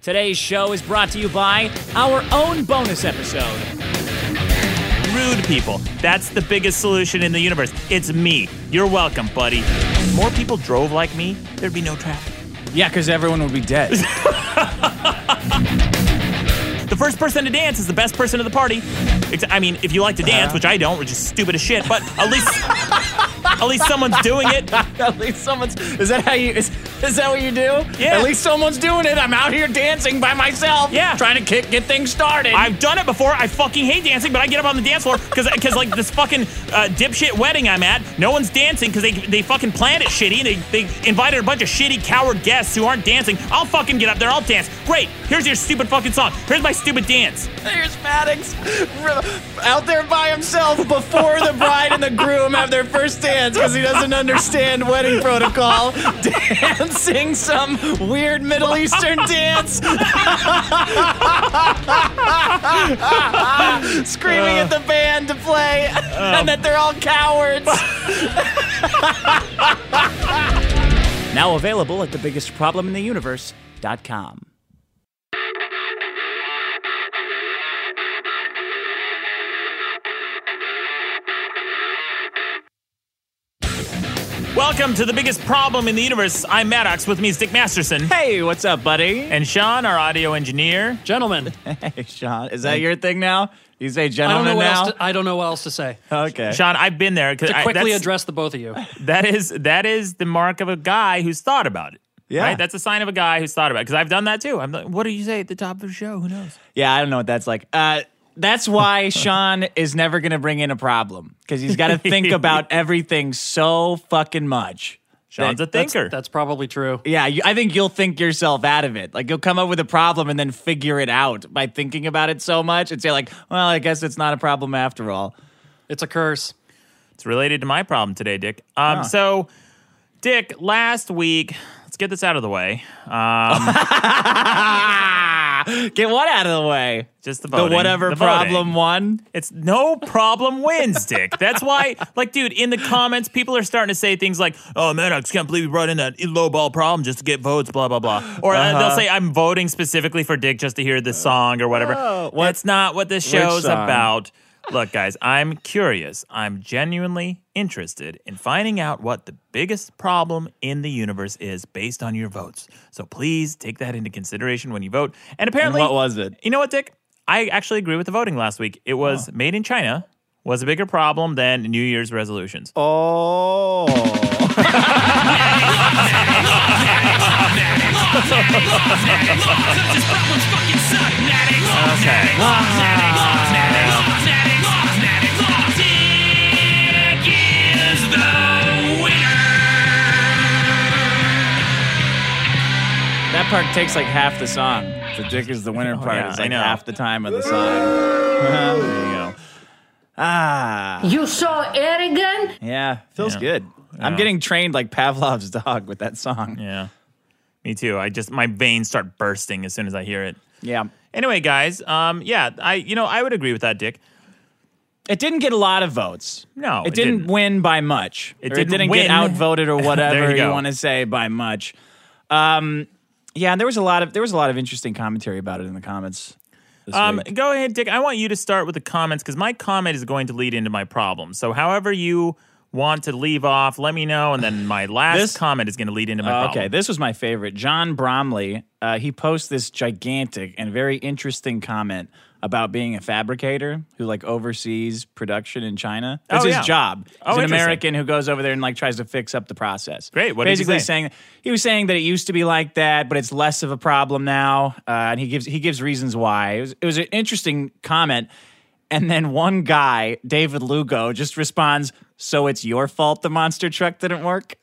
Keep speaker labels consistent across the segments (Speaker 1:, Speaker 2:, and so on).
Speaker 1: Today's show is brought to you by our own bonus episode.
Speaker 2: Rude people. That's the biggest solution in the universe. It's me. You're welcome, buddy. More people drove like me, there'd be no traffic.
Speaker 3: Yeah, because everyone would be dead.
Speaker 2: The first person to dance is the best person at the party. Ex- I mean, if you like to dance, which I don't, which is stupid as shit, but at least at least someone's doing it.
Speaker 3: At least someone's. Is that how you? Is, is that what you do?
Speaker 2: Yeah.
Speaker 3: At least someone's doing it. I'm out here dancing by myself.
Speaker 2: Yeah.
Speaker 3: Trying to kick, get things started.
Speaker 2: I've done it before. I fucking hate dancing, but I get up on the dance floor because because like this fucking uh, dipshit wedding I'm at, no one's dancing because they they fucking planned it shitty and they, they invited a bunch of shitty coward guests who aren't dancing. I'll fucking get up there. I'll dance. Great. Here's your stupid fucking song. Here's my stupid dance.
Speaker 3: There's Maddox r- out there by himself before the bride and the groom have their first dance because he doesn't understand wedding protocol. Dancing some weird Middle Eastern dance. Screaming at the band to play and that they're all cowards.
Speaker 1: Now available at thebiggestproblemintheuniverse.com.
Speaker 2: Welcome to the biggest problem in the universe. I'm Maddox. With me is Dick Masterson
Speaker 1: Hey, what's up, buddy?
Speaker 2: and Sean, our audio engineer.
Speaker 4: Gentlemen,
Speaker 3: Hey, Sean, is that your thing now? You say
Speaker 4: I don't know
Speaker 3: gentlemen
Speaker 4: what
Speaker 3: now?
Speaker 4: else. To, I don't know what else to say.
Speaker 3: okay.
Speaker 2: Sean, I've been there.
Speaker 4: To quickly
Speaker 2: address.
Speaker 4: address the both of you.
Speaker 2: That is that is the mark of a guy who's thought about it.
Speaker 3: Yeah.
Speaker 2: Right? That's a sign of a guy who's thought about it. Because I've done that too. I'm like, what do you say at the top of the show? Who knows?
Speaker 3: Yeah, I don't know what that's like. Uh, that's why Sean is never going to bring in a problem because he's got to think about everything so fucking much.
Speaker 2: Sean's a thinker.
Speaker 4: That's probably true.
Speaker 3: Yeah, you, I think you'll think yourself out of it. Like you'll come up with a problem and then figure it out by thinking about it so much and say like, "Well, I guess it's not a problem after all."
Speaker 4: It's a curse.
Speaker 2: it's related to my problem today, Dick. Um so Dick, last week, let's get this out of the way.
Speaker 3: Get what out of the way?
Speaker 2: Just the
Speaker 3: The
Speaker 2: voting.
Speaker 3: whatever
Speaker 2: The voting.
Speaker 3: problem one.
Speaker 2: It's no problem wins, Dick. That's why, like, dude, in the comments, people are starting to say things like, "Oh man, I just can't believe you brought in that low ball problem just to get votes." Blah blah blah. Or uh, they'll say, "I'm voting specifically for Dick just to hear this song or whatever." That's not what this show's
Speaker 3: song?
Speaker 2: about. Look, guys, I'm curious. I'm genuinely interested in finding out what the biggest problem in the universe is based on your votes. So please take that into consideration when you vote. And apparently,
Speaker 3: what was it?
Speaker 2: you know what, Dick? I actually agree with the voting last week. It was made in China was a bigger problem than New Year's resolutions.
Speaker 3: Oh. That part takes like half the song. Oh, The dick is the winner part
Speaker 2: yeah,
Speaker 3: is
Speaker 2: I
Speaker 3: like
Speaker 2: know.
Speaker 3: half the time of the song. Uh-huh, there you go. Ah,
Speaker 5: You so arrogant.
Speaker 3: yeah, feels
Speaker 2: Yeah.
Speaker 3: good. I'm
Speaker 2: Yeah.
Speaker 3: getting trained like Pavlov's dog with that song. Yeah,
Speaker 2: Yeah. Me too. I just my veins start bursting as soon as I hear it. Anyway, guys, um yeah, I you know, I would agree with that, Dick.
Speaker 3: it didn't get a lot of votes.
Speaker 2: No,
Speaker 3: it,
Speaker 2: it
Speaker 3: didn't,
Speaker 2: didn't.
Speaker 3: win by much. Or It
Speaker 2: didn't
Speaker 3: didn't
Speaker 2: win.
Speaker 3: get outvoted or
Speaker 2: There
Speaker 3: whatever
Speaker 2: you
Speaker 3: you,
Speaker 2: go.
Speaker 3: want to say by much. Um, yeah, and there was a lot of there was a lot of interesting commentary about it in the comments. This
Speaker 2: Um
Speaker 3: week.
Speaker 2: go ahead, Dick. I want you to start with the comments cuz my comment is going to lead into my problem. So however you want to leave off, let me know and then my last
Speaker 3: This- Uh,
Speaker 2: comment is going to lead into my problem.
Speaker 3: Oh, Okay, this was my favorite. John Bromley, uh, he posts this gigantic and very interesting comment about being a fabricator who like oversees production in China. That's
Speaker 2: Oh, yeah.
Speaker 3: his job. He's
Speaker 2: Oh,
Speaker 3: an
Speaker 2: interesting.
Speaker 3: American who goes over there and like tries to fix up the process.
Speaker 2: Great, what did he
Speaker 3: Basically
Speaker 2: say?
Speaker 3: saying he was saying that it used to be like that, but it's less of a problem now. Uh, and he gives he gives reasons why. It was it was an interesting comment. And then one guy, David Lugo, just responds, "So it's your fault the monster truck didn't work."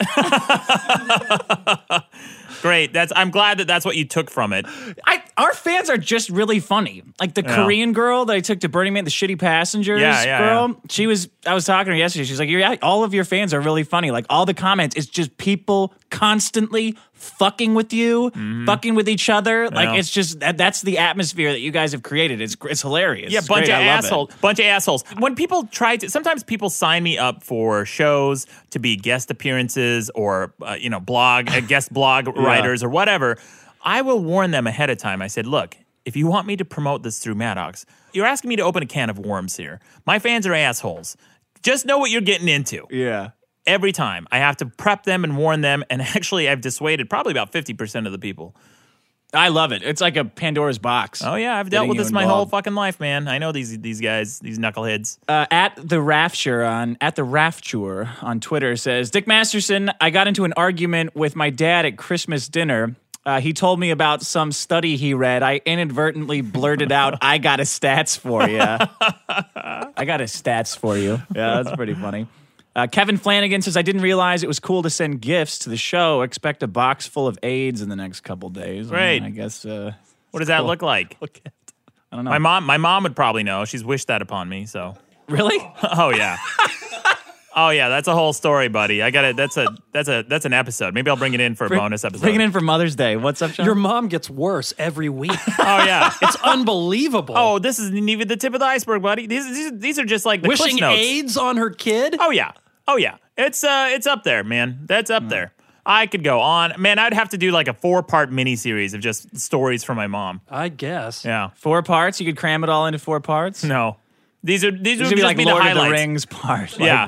Speaker 2: Great. That's I'm glad that that's what you took from it.
Speaker 3: I, our fans are just really funny. Like the Korean girl that I took to Burning Man, the shitty passengers
Speaker 2: Yeah, yeah,
Speaker 3: girl. She was. I was talking to her yesterday. She's like, "Yeah, all of your fans are really funny. Like all the comments, it's just people constantly fucking with you, fucking with each other.
Speaker 2: Mm-hmm. Yeah.
Speaker 3: Like it's just that, that's the atmosphere that you guys have created. It's gr- it's hilarious.
Speaker 2: Yeah,
Speaker 3: It's
Speaker 2: bunch
Speaker 3: great.
Speaker 2: of
Speaker 3: I love it.
Speaker 2: assholes. Bunch of assholes. When people try to, sometimes people sign me up for shows to be guest appearances or uh, you know blog uh, guest blog writers or whatever. I will warn them ahead of time. I said, look, if you want me to promote this through Maddox, you're asking me to open a can of worms here. My fans are assholes. Just know what you're getting into.
Speaker 3: Yeah.
Speaker 2: Every time I have to prep them and warn them. And actually, I've dissuaded probably about 50% of the people.
Speaker 3: I love it. It's like a Pandora's box.
Speaker 2: Oh, yeah, I've dealt
Speaker 3: Getting
Speaker 2: with
Speaker 3: you
Speaker 2: this my whole
Speaker 3: involved.
Speaker 2: fucking life, man. I know these, these guys, these knuckleheads.
Speaker 3: uh, at the rafture on at the rafture on Twitter says Dick Masterson. I got into an argument with my dad at Christmas dinner. Uh, he told me about some study he read. I inadvertently blurted out, "I got a stats for you." I got a stats for you. Yeah, that's pretty funny. Uh, Kevin Flanagan says, "I didn't realize it was cool to send gifts to the show. Expect a box full of AIDS in the next couple days." I mean,
Speaker 2: Right.
Speaker 3: I guess. Uh,
Speaker 2: What does that look like?
Speaker 3: I don't know.
Speaker 2: My mom, my mom would probably know. She's wished that upon me. So,
Speaker 3: really?
Speaker 2: oh yeah, oh yeah, that's a whole story, buddy. I got it. That's a that's a that's an episode. Maybe I'll bring it in for a bonus episode.
Speaker 3: Bring it in for Mother's Day. What's up, Sean?
Speaker 4: Your mom gets worse every week.
Speaker 2: Oh yeah.
Speaker 4: it's unbelievable.
Speaker 2: Oh, this isn't even the tip of the iceberg, buddy. These these, these are just like the cliff
Speaker 4: Wishing
Speaker 2: notes.
Speaker 4: AIDS on her kid?
Speaker 2: Oh yeah. Oh yeah. It's uh it's up there, man. That's
Speaker 3: Mm.
Speaker 2: up there. I could go on. Man, I'd have to do like a four part mini series of just stories from my mom.
Speaker 3: Uh,
Speaker 4: I guess.
Speaker 2: Yeah.
Speaker 3: Four parts. You could cram it all into four parts.
Speaker 2: No. These are these,
Speaker 3: These
Speaker 2: would
Speaker 3: would be
Speaker 2: just
Speaker 3: like
Speaker 2: be
Speaker 3: Lord
Speaker 2: the
Speaker 3: of the
Speaker 2: highlights.
Speaker 3: Rings part. Like
Speaker 2: Yeah.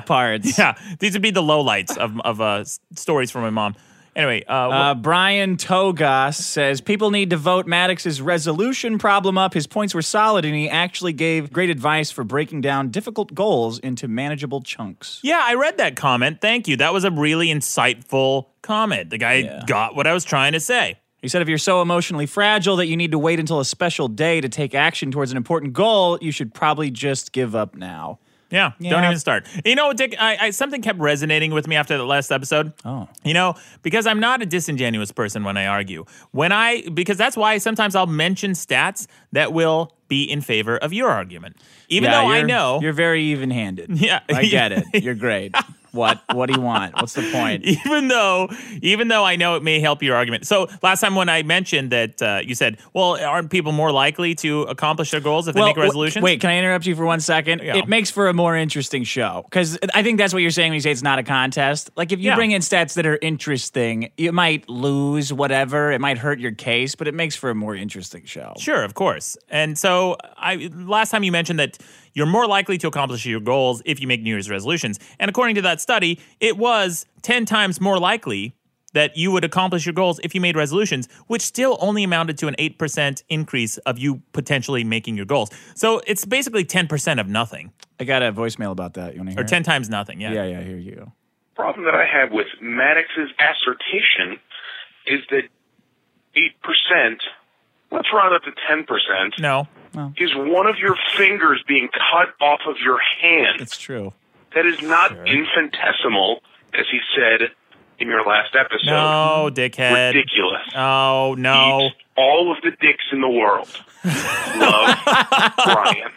Speaker 3: parts.
Speaker 2: Yeah. These would be the lowlights of of uh s- stories from my mom. Anyway, uh,
Speaker 3: Uh, Brian Togas says people need to vote Maddox's resolution problem up. His points were solid, and he actually gave great advice for breaking down difficult goals into manageable chunks.
Speaker 2: Yeah, I read that comment. Thank you. That was a really insightful comment. The guy
Speaker 3: Yeah.
Speaker 2: got what I was trying to say.
Speaker 3: He said if you're so emotionally fragile that you need to wait until a special day to take action towards an important goal, you should probably just give up now.
Speaker 2: Yeah, don't
Speaker 3: Yeah.
Speaker 2: even start. You know, Dick, I, I something kept resonating with me after the last episode.
Speaker 3: Oh.
Speaker 2: You know, because I'm not a disingenuous person when I argue. When I because that's why sometimes I'll mention stats that will be in favor of your argument. Even
Speaker 3: Yeah,
Speaker 2: though I
Speaker 3: you're-
Speaker 2: know
Speaker 3: you're very even-handed.
Speaker 2: Yeah.
Speaker 3: I get it. You're great. What? What do you want? What's the point?
Speaker 2: even though even though I know it may help your argument. So last time when I mentioned that uh, you said, "Well, aren't people more likely to accomplish their goals if they make
Speaker 3: w-
Speaker 2: resolutions?"
Speaker 3: Wait, can I interrupt you for one second?
Speaker 2: Yeah.
Speaker 3: It makes for a more interesting show because I think that's what you're saying when you say it's not a contest. Like if you
Speaker 2: Yeah.
Speaker 3: bring in stats that are interesting, you might lose whatever. It might hurt your case, but it makes for a more interesting show.
Speaker 2: Sure, of course. And so, I last time you mentioned that you're more likely to accomplish your goals if you make New Year's resolutions. And according to that study, it was 10 times more likely that you would accomplish your goals if you made resolutions, which still only amounted to an 8% increase of you potentially making your goals. So, it's basically 10% of nothing
Speaker 3: I got a voicemail about that. You want to hear?
Speaker 2: or 10 times nothing.
Speaker 3: it? Yeah, yeah. Here you go.
Speaker 6: problem that I have with Maddox's assertion is that eight percent, let's round up to ten percent,
Speaker 2: No.
Speaker 6: is one of your fingers being cut off of your hand.
Speaker 3: It's true.
Speaker 6: that is not infinitesimal, as he said in your last episode.
Speaker 2: No, dickhead.
Speaker 6: Ridiculous.
Speaker 2: Oh, no.
Speaker 6: Eat all of the dicks in the world. Love, Brian.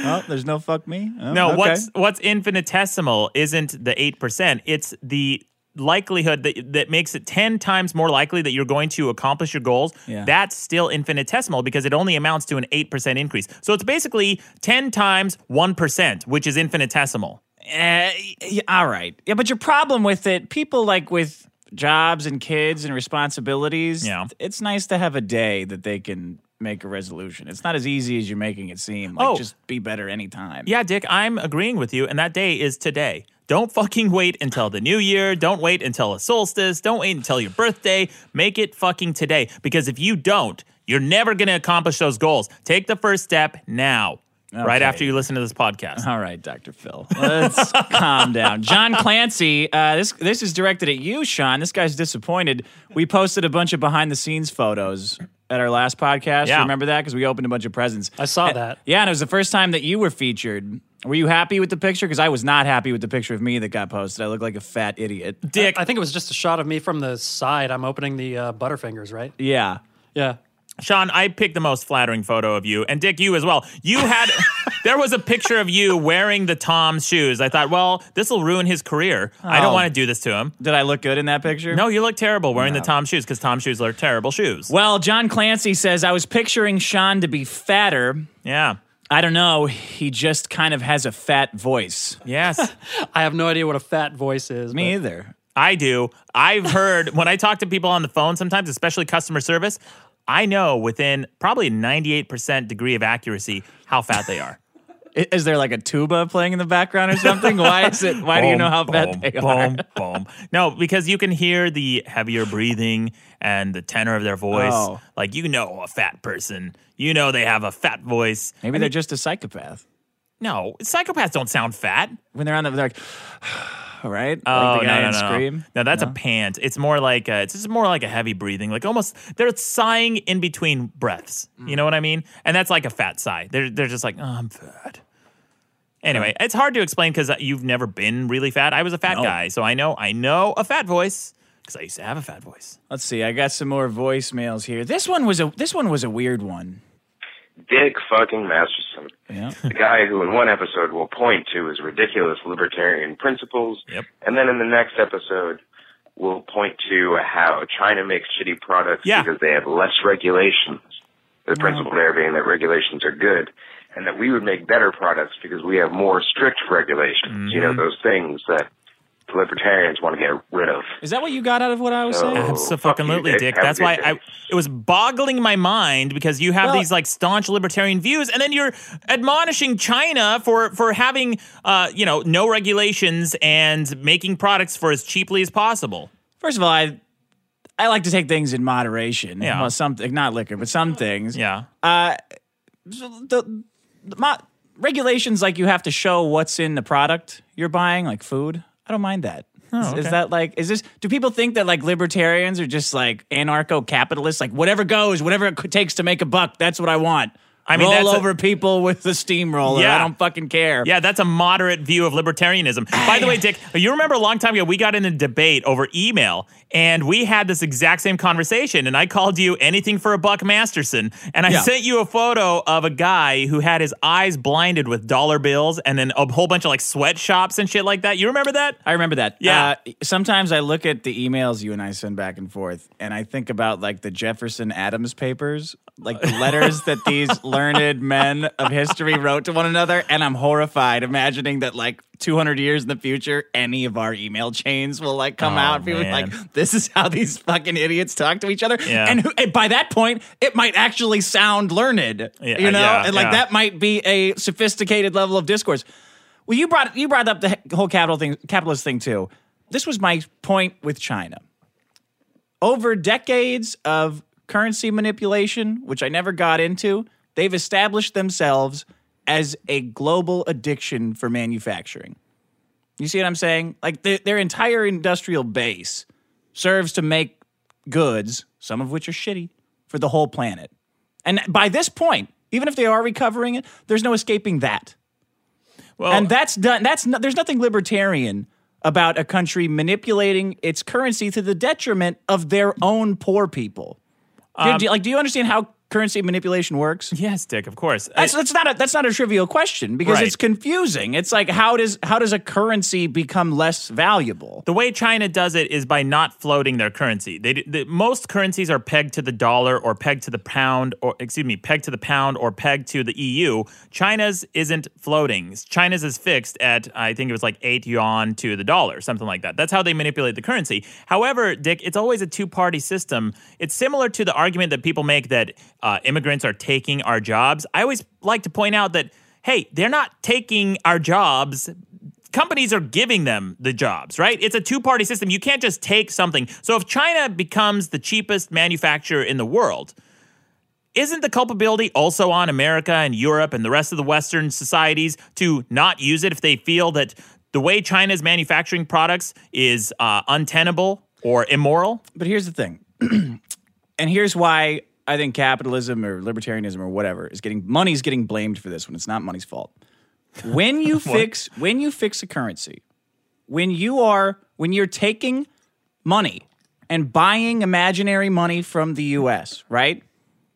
Speaker 3: Oh, there's no fuck me. Oh,
Speaker 2: No,
Speaker 3: okay.
Speaker 2: what's what's infinitesimal isn't the eight percent. It's the likelihood that that makes it ten times more likely that you're going to accomplish your goals.
Speaker 3: Yeah.
Speaker 2: That's still infinitesimal because it only amounts to an eight percent increase. So it's basically ten times one percent, which is infinitesimal.
Speaker 3: Uh, yeah, all right. Yeah, but your problem with it, people like with jobs and kids and responsibilities,
Speaker 2: Yeah.
Speaker 3: it's nice to have a day that they can make a resolution. It's not as easy as you're making it seem. Like,
Speaker 2: Oh.
Speaker 3: just be better anytime.
Speaker 2: Yeah, Dick, I'm agreeing with you, and that day is today. Don't fucking wait until the new year. Don't wait until a solstice. Don't wait until your birthday. Make it fucking today. Because if you don't, you're never going to accomplish those goals. Take the first step now, right
Speaker 3: Okay. Uh-huh.
Speaker 2: after you listen to this podcast.
Speaker 3: All right, Dr. Phil. Let's calm down. John Clancy, uh, this this is directed at you, Sean. This guy's disappointed. We posted a bunch of behind the scenes photos at our last podcast.
Speaker 2: Yeah.
Speaker 3: You remember that? Because we opened a bunch of presents.
Speaker 4: I saw that.
Speaker 3: Yeah, and it was the first time that you were featured. Were you happy with the picture? Because I was not happy with the picture of me that got posted. I look like a fat idiot.
Speaker 2: Dick,
Speaker 4: I think it was just a shot of me from the side. I'm opening the uh, Butterfingers, right?
Speaker 3: Yeah.
Speaker 4: Yeah.
Speaker 2: Sean, I picked the most flattering photo of you, and Dick, you as well. You had, there was a picture of you wearing the Tom's shoes. I thought, well, this will ruin his career. I don't
Speaker 3: Oh.
Speaker 2: want to do this to him.
Speaker 3: Did I look good in that picture?
Speaker 2: No, you look terrible wearing the Tom shoes because Tom shoes are terrible shoes.
Speaker 3: Well, John Clancy says I was picturing Sean to be fatter.
Speaker 2: Yeah.
Speaker 3: I don't know. He just kind of has a fat voice.
Speaker 2: Yes.
Speaker 4: I have no idea what a fat voice is.
Speaker 3: Me either.
Speaker 2: I do. I've heard when I talk to people on the phone sometimes, especially customer service, I know within probably 98% degree of accuracy how fat they are.
Speaker 3: I- Is there like a tuba playing in the background or something? Why is it? Why do you know how fat
Speaker 2: Boom,
Speaker 3: they
Speaker 2: boom,
Speaker 3: are?
Speaker 2: boom, boom. No, because you can hear the heavier breathing and the tenor of their voice.
Speaker 3: Oh.
Speaker 2: Like you know a fat person. You know they have a fat voice.
Speaker 3: Maybe they're just a psychopath.
Speaker 2: No, psychopaths don't sound fat.
Speaker 3: When they're on the, they're like, all right,
Speaker 2: Oh
Speaker 3: like the
Speaker 2: no,
Speaker 3: guy
Speaker 2: no,
Speaker 3: in
Speaker 2: no, no.
Speaker 3: Scream.
Speaker 2: No, that's a pant. It's more like a, it's just more like a heavy breathing, like almost they're sighing in between breaths. You
Speaker 3: Mm.
Speaker 2: know what I mean? And that's like a fat sigh. They're they're just like, oh, I'm fat. Anyway, it's hard to explain because you've never been really fat. I was a fat guy, so I know I know a fat voice because I used to have a fat voice.
Speaker 3: Let's see. I got some more voicemails here. This one was a this one was a weird one.
Speaker 6: Dick fucking Masterson.
Speaker 3: Yeah.
Speaker 6: The guy who in one episode will point to his ridiculous libertarian principles,
Speaker 2: Yep.
Speaker 6: and then in the next episode will point to how China makes shitty products
Speaker 2: Yeah.
Speaker 6: because they have less regulations. The principle there being that regulations are good, and that we would make better products because we have more strict regulations. You know
Speaker 2: Mm-hmm.
Speaker 6: those things that the libertarians want to get rid of.
Speaker 3: Is that what you got out of what I was saying?
Speaker 6: Oh, fuck you,
Speaker 2: Absolutely,
Speaker 6: Dick.
Speaker 2: Dick.
Speaker 6: Have a
Speaker 2: That's
Speaker 6: good
Speaker 2: why
Speaker 6: day.
Speaker 2: I it was boggling my mind because you have
Speaker 3: Well-
Speaker 2: these like staunch libertarian views, and then you're admonishing China for for having uh, you know no regulations and making products for as cheaply as possible.
Speaker 3: First of all, I I like to take things in moderation.
Speaker 2: Yeah.
Speaker 3: Well, some not liquor, but some things.
Speaker 2: Yeah,
Speaker 3: the, the mo- regulations like you have to show what's in the product you're buying, like food. I don't mind that. Is
Speaker 2: Oh,
Speaker 3: is that like is this do people think that like libertarians are just like anarcho capitalists like whatever goes whatever it c- takes to make a buck that's what I want I
Speaker 2: mean,
Speaker 3: roll
Speaker 2: that's a-
Speaker 3: over people with the steamroller
Speaker 2: Yeah.
Speaker 3: I don't fucking care
Speaker 2: yeah. That's a moderate view of libertarianism. By the way, Dick, you remember a long time ago we got in a debate over email, and we had this exact same conversation, and I called you anything for a buck Masterson, and I
Speaker 3: Yeah.
Speaker 2: sent you a photo of a guy who had his eyes blinded with dollar bills, and then a whole bunch of like sweatshops and shit like that. You remember that?
Speaker 3: I remember that.
Speaker 2: Yeah.
Speaker 3: Uh, sometimes I look at the emails you and I send back and forth, and I think about like the Jefferson Adams papers, like the letters that these learned men of history wrote to one another, and I'm horrified imagining that like 200 years in the future, any of our email chains will like come
Speaker 2: Oh,
Speaker 3: out. People are
Speaker 2: man.
Speaker 3: like, this is how these fucking idiots talk to each other,
Speaker 2: Yeah.
Speaker 3: and, who, and by that point, it might actually sound learned,
Speaker 2: Yeah, uh,
Speaker 3: you know,
Speaker 2: yeah,
Speaker 3: and like
Speaker 2: yeah.
Speaker 3: that might be a sophisticated level of discourse. Well, you brought you brought up the he- whole capital thing, capitalist thing too. This was my point with China. Over decades of currency manipulation, which I never got into, they've established themselves as a global addiction for manufacturing. You see what I'm saying? Like their their entire industrial base serves to make goods, some of which are shitty, for the whole planet. And by this point, even if they are recovering it, there's no escaping that
Speaker 2: Well,
Speaker 3: and that's done. That's no, there's nothing libertarian about a country manipulating its currency to the detriment of their own poor people. Do
Speaker 2: Um,
Speaker 3: you- do you- like, do you understand how currency manipulation works?
Speaker 2: yes, Dick, of course.
Speaker 3: That's,
Speaker 2: I-
Speaker 3: that's not a, that's not a trivial question because
Speaker 2: Right.
Speaker 3: it's confusing. It's like how does how does a currency become less valuable?
Speaker 2: the way China does it is by not floating their currency. They, d- the, most currencies are pegged to the dollar or pegged to the pound or excuse me, pegged to the pound or pegged to the EU. China's isn't floating. China's is fixed at I think it was like 8 yuan to the dollar, something like that. That's how they manipulate the currency. However, Dick, it's always a two-party system. It's similar to the argument that people make that uh, immigrants are taking our jobs. I always like to point out that hey, they're not taking our jobs companies are giving them the jobs, right? It's a two party system. You can't just take something. So if China becomes the cheapest manufacturer in the world, isn't the culpability also on America and Europe and the rest of the Western societies to not use it if they feel that the way China's manufacturing products is uh, untenable or immoral?
Speaker 3: But here's the thing, and here's why I think capitalism or libertarianism or whatever is getting money's getting blamed for this when it's not money's fault. When you fix when you fix a currency, when you are when you're taking money and buying imaginary money from the U.S. Right.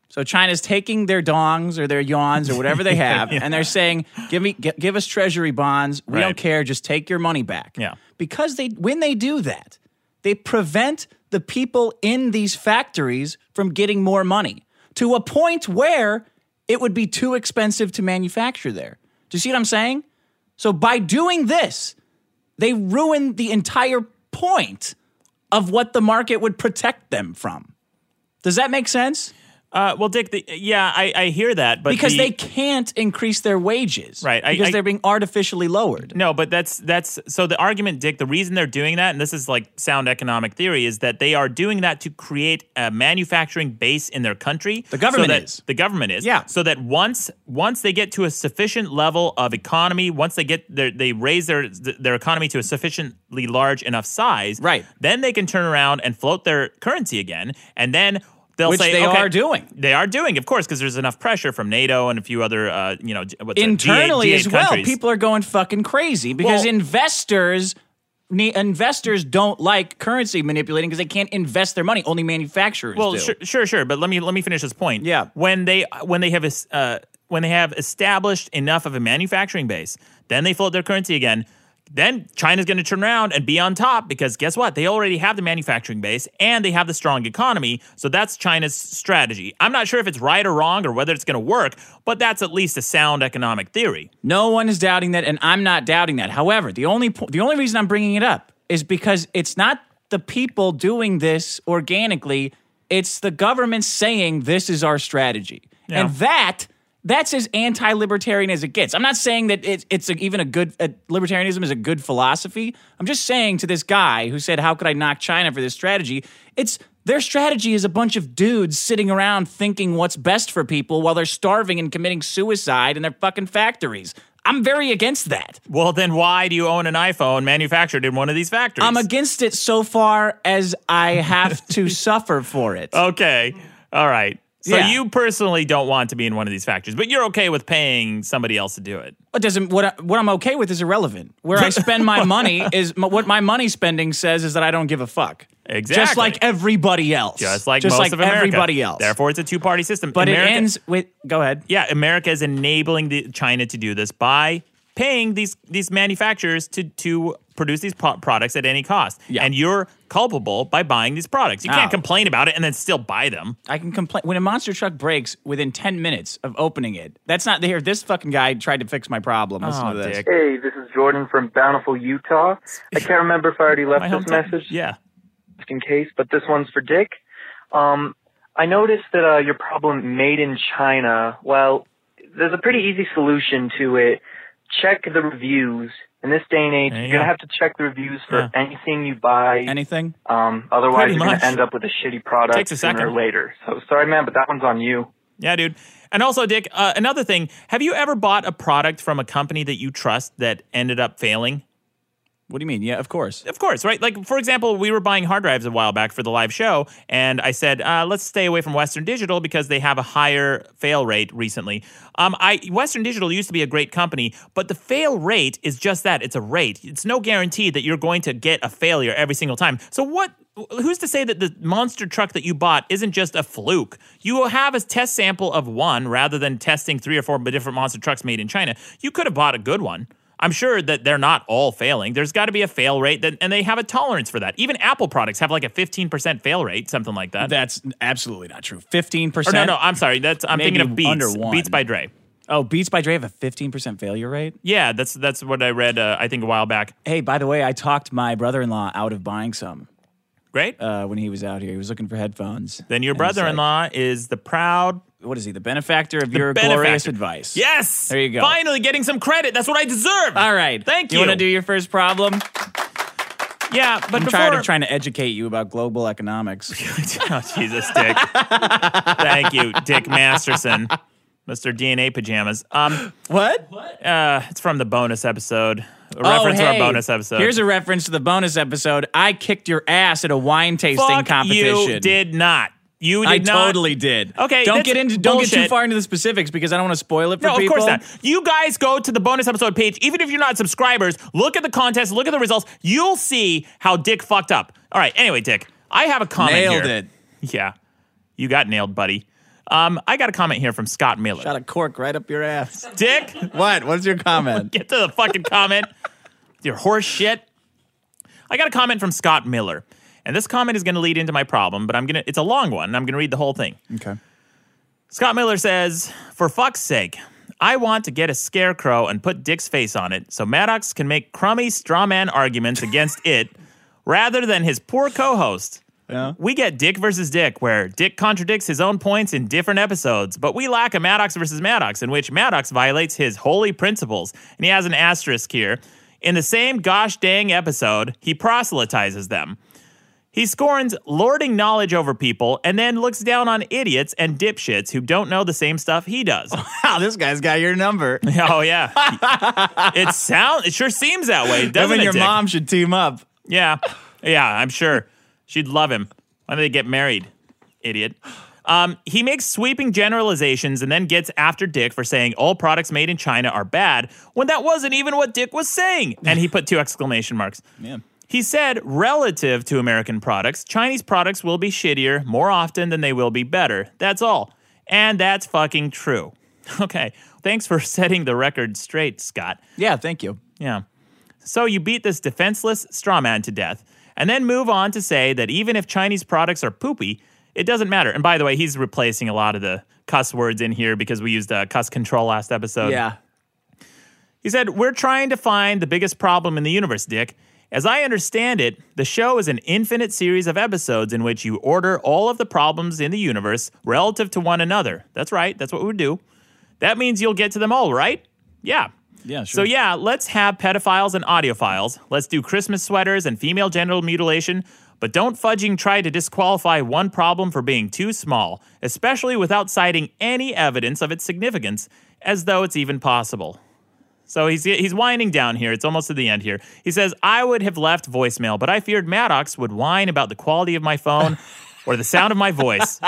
Speaker 3: So China's taking their dongs or their yawns or whatever they have, and they're saying, "Give me, gi- give us treasury bonds. We don't
Speaker 2: Right.
Speaker 3: care. Just take your money back."
Speaker 2: Yeah.
Speaker 3: Because they, when they do that, they prevent the people in these factories from getting more money to a point where it would be too expensive to manufacture there. Do you see what I'm saying? So by doing this, they ruin the entire point of what the market would protect them from. Does that make sense?
Speaker 2: Uh, well, Dick, the, yeah, I, I hear that, but
Speaker 3: Because
Speaker 2: the-
Speaker 3: they can't increase their wages,
Speaker 2: Right, I-
Speaker 3: because
Speaker 2: I-
Speaker 3: they're being artificially lowered.
Speaker 2: No, but that's that's so the argument, Dick. The reason they're doing that, and this is like sound economic theory, is that they are doing that to create a manufacturing base in their country. The
Speaker 3: government is.
Speaker 2: The government is.
Speaker 3: Yeah.
Speaker 2: So that once once they get to a sufficient level of economy, once they get their, they raise their their economy to a sufficiently large enough size,
Speaker 3: Right.
Speaker 2: Then they can turn around and float their currency again, and then. They'll
Speaker 3: Which
Speaker 2: say,
Speaker 3: they
Speaker 2: okay-
Speaker 3: are doing.
Speaker 2: They are doing, of course, because there's enough pressure from NATO and a few other, uh, you know, what's that, G8
Speaker 3: internally
Speaker 2: G8
Speaker 3: as well.
Speaker 2: countries.
Speaker 3: People are going fucking crazy because
Speaker 2: Well-
Speaker 3: investors ne- investors don't like currency manipulating because they can't invest their money. Only manufacturers
Speaker 2: well
Speaker 3: do.
Speaker 2: sure, sure sure but let me let me finish this point
Speaker 3: Yeah.
Speaker 2: when they when they have es- uh, when they have established enough of a manufacturing base then they float their currency again then China's going to turn around and be on top because guess what? They already have the manufacturing base and they have the strong economy. So that's China's strategy. I'm not sure if it's right or wrong or whether it's going to work, but that's at least a sound economic theory.
Speaker 3: No one is doubting that, and I'm not doubting that. However, the only po- the only reason I'm bringing it up is because it's not the people doing this organically; it's the government saying this is our strategy,
Speaker 2: Yeah.
Speaker 3: and that that's as anti-libertarian as it gets. I'm not saying that it's it's a, even a good uh, libertarianism is a good philosophy. I'm just saying to this guy who said, "How could I knock China for this strategy?" It's their strategy is a bunch of dudes sitting around thinking what's best for people while they're starving and committing suicide in their fucking factories. I'm very against that.
Speaker 2: Well, then why do you own an iPhone manufactured in one of these factories?
Speaker 3: I'm against it so far as I have to suffer for it.
Speaker 2: Okay. All right. So
Speaker 3: Yeah.
Speaker 2: you personally don't want to be in one of these factories, but you're okay with paying somebody else to do it.
Speaker 3: What doesn't what I, what I'm okay with is irrelevant. Where I spend my money is my, what my money spending says is that I don't give a fuck. Just
Speaker 2: Exactly.
Speaker 3: like everybody else.
Speaker 2: Just like most of America.
Speaker 3: everybody else.
Speaker 2: Therefore, it's a two-party system.
Speaker 3: but
Speaker 2: America,
Speaker 3: it ends with go ahead.
Speaker 2: Yeah, America is enabling the, China to do this by paying these these manufacturers to to produce these po- products at any cost.
Speaker 3: Yeah.
Speaker 2: And you're culpable by buying these products. You can't
Speaker 3: Oh.
Speaker 2: complain about it and then still buy them.
Speaker 3: I can complain when a monster truck breaks within 10 minutes of opening it. That's not here. This fucking guy tried to fix my problem. Listen
Speaker 2: Oh,
Speaker 3: to this.
Speaker 2: Dick.
Speaker 7: Hey, this is Jordan from Bountiful, Utah. I can't remember if I already left
Speaker 2: My
Speaker 7: this
Speaker 2: hometown.
Speaker 7: message
Speaker 2: Yeah.
Speaker 7: just in case, but this one's for Dick. Um, I noticed that uh, your problem, made in China, well, there's a pretty easy solution to it. Check the reviews. In this day and age,
Speaker 2: There you
Speaker 7: you're going
Speaker 2: go.
Speaker 7: to have to check the reviews for
Speaker 2: Yeah.
Speaker 7: anything you buy.
Speaker 3: Anything?
Speaker 7: um, otherwise,
Speaker 2: Pretty
Speaker 7: you're going
Speaker 2: much.
Speaker 7: to end up with a shitty product
Speaker 2: Takes a
Speaker 7: sooner
Speaker 2: second.
Speaker 7: or later. So sorry, man, but that one's on you.
Speaker 2: Yeah, dude. And also, Dick, uh, another thing, have you ever bought a product from a company that you trust that ended up failing?
Speaker 3: What do you mean? Yeah, of course.
Speaker 2: Of course, right? Like, for example, we were buying hard drives a while back for the live show, and I said, uh, let's stay away from Western Digital because they have a higher fail rate recently. Um, I Western Digital used to be a great company, but the fail rate is just that it's a rate. It's no guarantee that you're going to get a failure every single time. So, what? Who's to say that the monster truck that you bought isn't just a fluke? You have a test sample of one rather than testing three or four different monster trucks made in China. You could have bought a good one. I'm sure that they're not all failing. There's got to be a fail rate, that, and they have a tolerance for that. Even Apple products have like a 15% fail rate, something like that.
Speaker 3: That's absolutely not true. 15%.
Speaker 2: or no, no, I'm sorry. That's I'm
Speaker 3: Maybe
Speaker 2: thinking of Beats.
Speaker 3: under one.
Speaker 2: Beats by Dre.
Speaker 3: Oh, Beats by Dre have a 15% failure rate?
Speaker 2: Yeah, that's that's what I read. Uh, I think a while back.
Speaker 3: Hey, by the way, I talked my brother-in-law out of buying some
Speaker 2: Great.
Speaker 3: uh, when he was out here. He was looking for headphones.
Speaker 2: then your
Speaker 3: And it's
Speaker 2: brother-in-law is the proud
Speaker 3: like, what is he? The benefactor of your
Speaker 2: benefactor.
Speaker 3: glorious advice.
Speaker 2: Yes.
Speaker 3: There you go.
Speaker 2: Finally getting some credit. That's what I deserve.
Speaker 3: All right.
Speaker 2: Thank
Speaker 3: You
Speaker 2: you.
Speaker 3: want to do your first problem?
Speaker 2: Yeah, but
Speaker 3: I'm
Speaker 2: before
Speaker 3: tired of trying to educate you about global economics.
Speaker 2: oh, Jesus, Dick. Thank you, Dick Masterson, Mr. DNA Pajamas. Um,
Speaker 3: what?
Speaker 2: uh, it's from the bonus episode. A reference
Speaker 3: oh, hey,
Speaker 2: to our bonus episode.
Speaker 3: Here's a reference to the bonus episode. I kicked your ass at a wine tasting
Speaker 2: Fuck
Speaker 3: competition.
Speaker 2: You did not. You did
Speaker 3: I
Speaker 2: not.
Speaker 3: totally did.
Speaker 2: Okay,
Speaker 3: don't
Speaker 2: that's
Speaker 3: get into don't get too
Speaker 2: bullshit.
Speaker 3: far into the specifics because I don't want to spoil it for
Speaker 2: No, of
Speaker 3: people.
Speaker 2: course not. You guys go to the bonus episode page. Even if you're not subscribers, look at the contest, look at the results. You'll see how Dick fucked up. All right. Anyway, Dick, I have a comment
Speaker 3: Nailed
Speaker 2: here.
Speaker 3: it.
Speaker 2: Yeah, you got nailed, buddy. Um, I got a comment here from Scott Miller.
Speaker 3: Got a cork right up your ass.
Speaker 2: Dick,
Speaker 3: What? What's your comment?
Speaker 2: get to the fucking comment. Your horse shit. I got a comment from Scott Miller, and this comment is going to lead into my problem, but I'm gonna. It's a long one, and I'm gonna read the whole thing.
Speaker 3: okay.
Speaker 2: Scott Miller says, For fuck's sake, I want to get a scarecrow and put Dick's face on it so Maddox can make crummy straw man arguments against it rather than his poor co-host.
Speaker 3: Yeah.
Speaker 2: We get Dick versus Dick, where Dick contradicts his own points in different episodes, but we lack a Maddox versus Maddox, in which Maddox violates his holy principles. And he has an asterisk here. In the same gosh dang episode, he proselytizes them. He scorns lording knowledge over people and then looks down on idiots and dipshits who don't know the same stuff he does.
Speaker 3: Wow, this guy's got your number.
Speaker 2: oh yeah. it sound it sure seems that way,
Speaker 3: Him
Speaker 2: doesn't
Speaker 3: and
Speaker 2: it?
Speaker 3: your
Speaker 2: Dick?
Speaker 3: mom should team up.
Speaker 2: Yeah. Yeah, I'm sure. She'd love him. Why don't they get married? Idiot. Um, he makes sweeping generalizations and then gets after Dick for saying all products made in China are bad when that wasn't even what Dick was saying. And he put two exclamation marks.
Speaker 3: Yeah.
Speaker 2: He said, relative to American products, Chinese products will be shittier more often than they will be better. That's all. And that's fucking true. Okay. Thanks for setting the record straight, Scott.
Speaker 3: Yeah, thank you.
Speaker 2: Yeah. So you beat this defenseless straw man to death, and then move on to say that even if Chinese products are poopy, it doesn't matter. And by the way, he's replacing a lot of the cuss words in here because we used uh, cuss control last episode.
Speaker 3: Yeah.
Speaker 2: He said, We're trying to find the biggest problem in the universe, Dick. As I understand it, the show is an infinite series of episodes in which you order all of the problems in the universe relative to one another. That's right. That's what we would do. That means you'll get to them all, right? Yeah.
Speaker 3: Yeah,
Speaker 2: So, yeah, let's have pedophiles and audiophiles. Let's do Christmas sweaters and female genital mutilation, but don't fudging try to disqualify one problem for being too small, especially without citing any evidence of its significance, as though it's even possible. So he's he's winding down here. It's almost to the end here. He says, "I would have left voicemail, but I feared Maddox would whine about the quality of my phone or the sound of my voice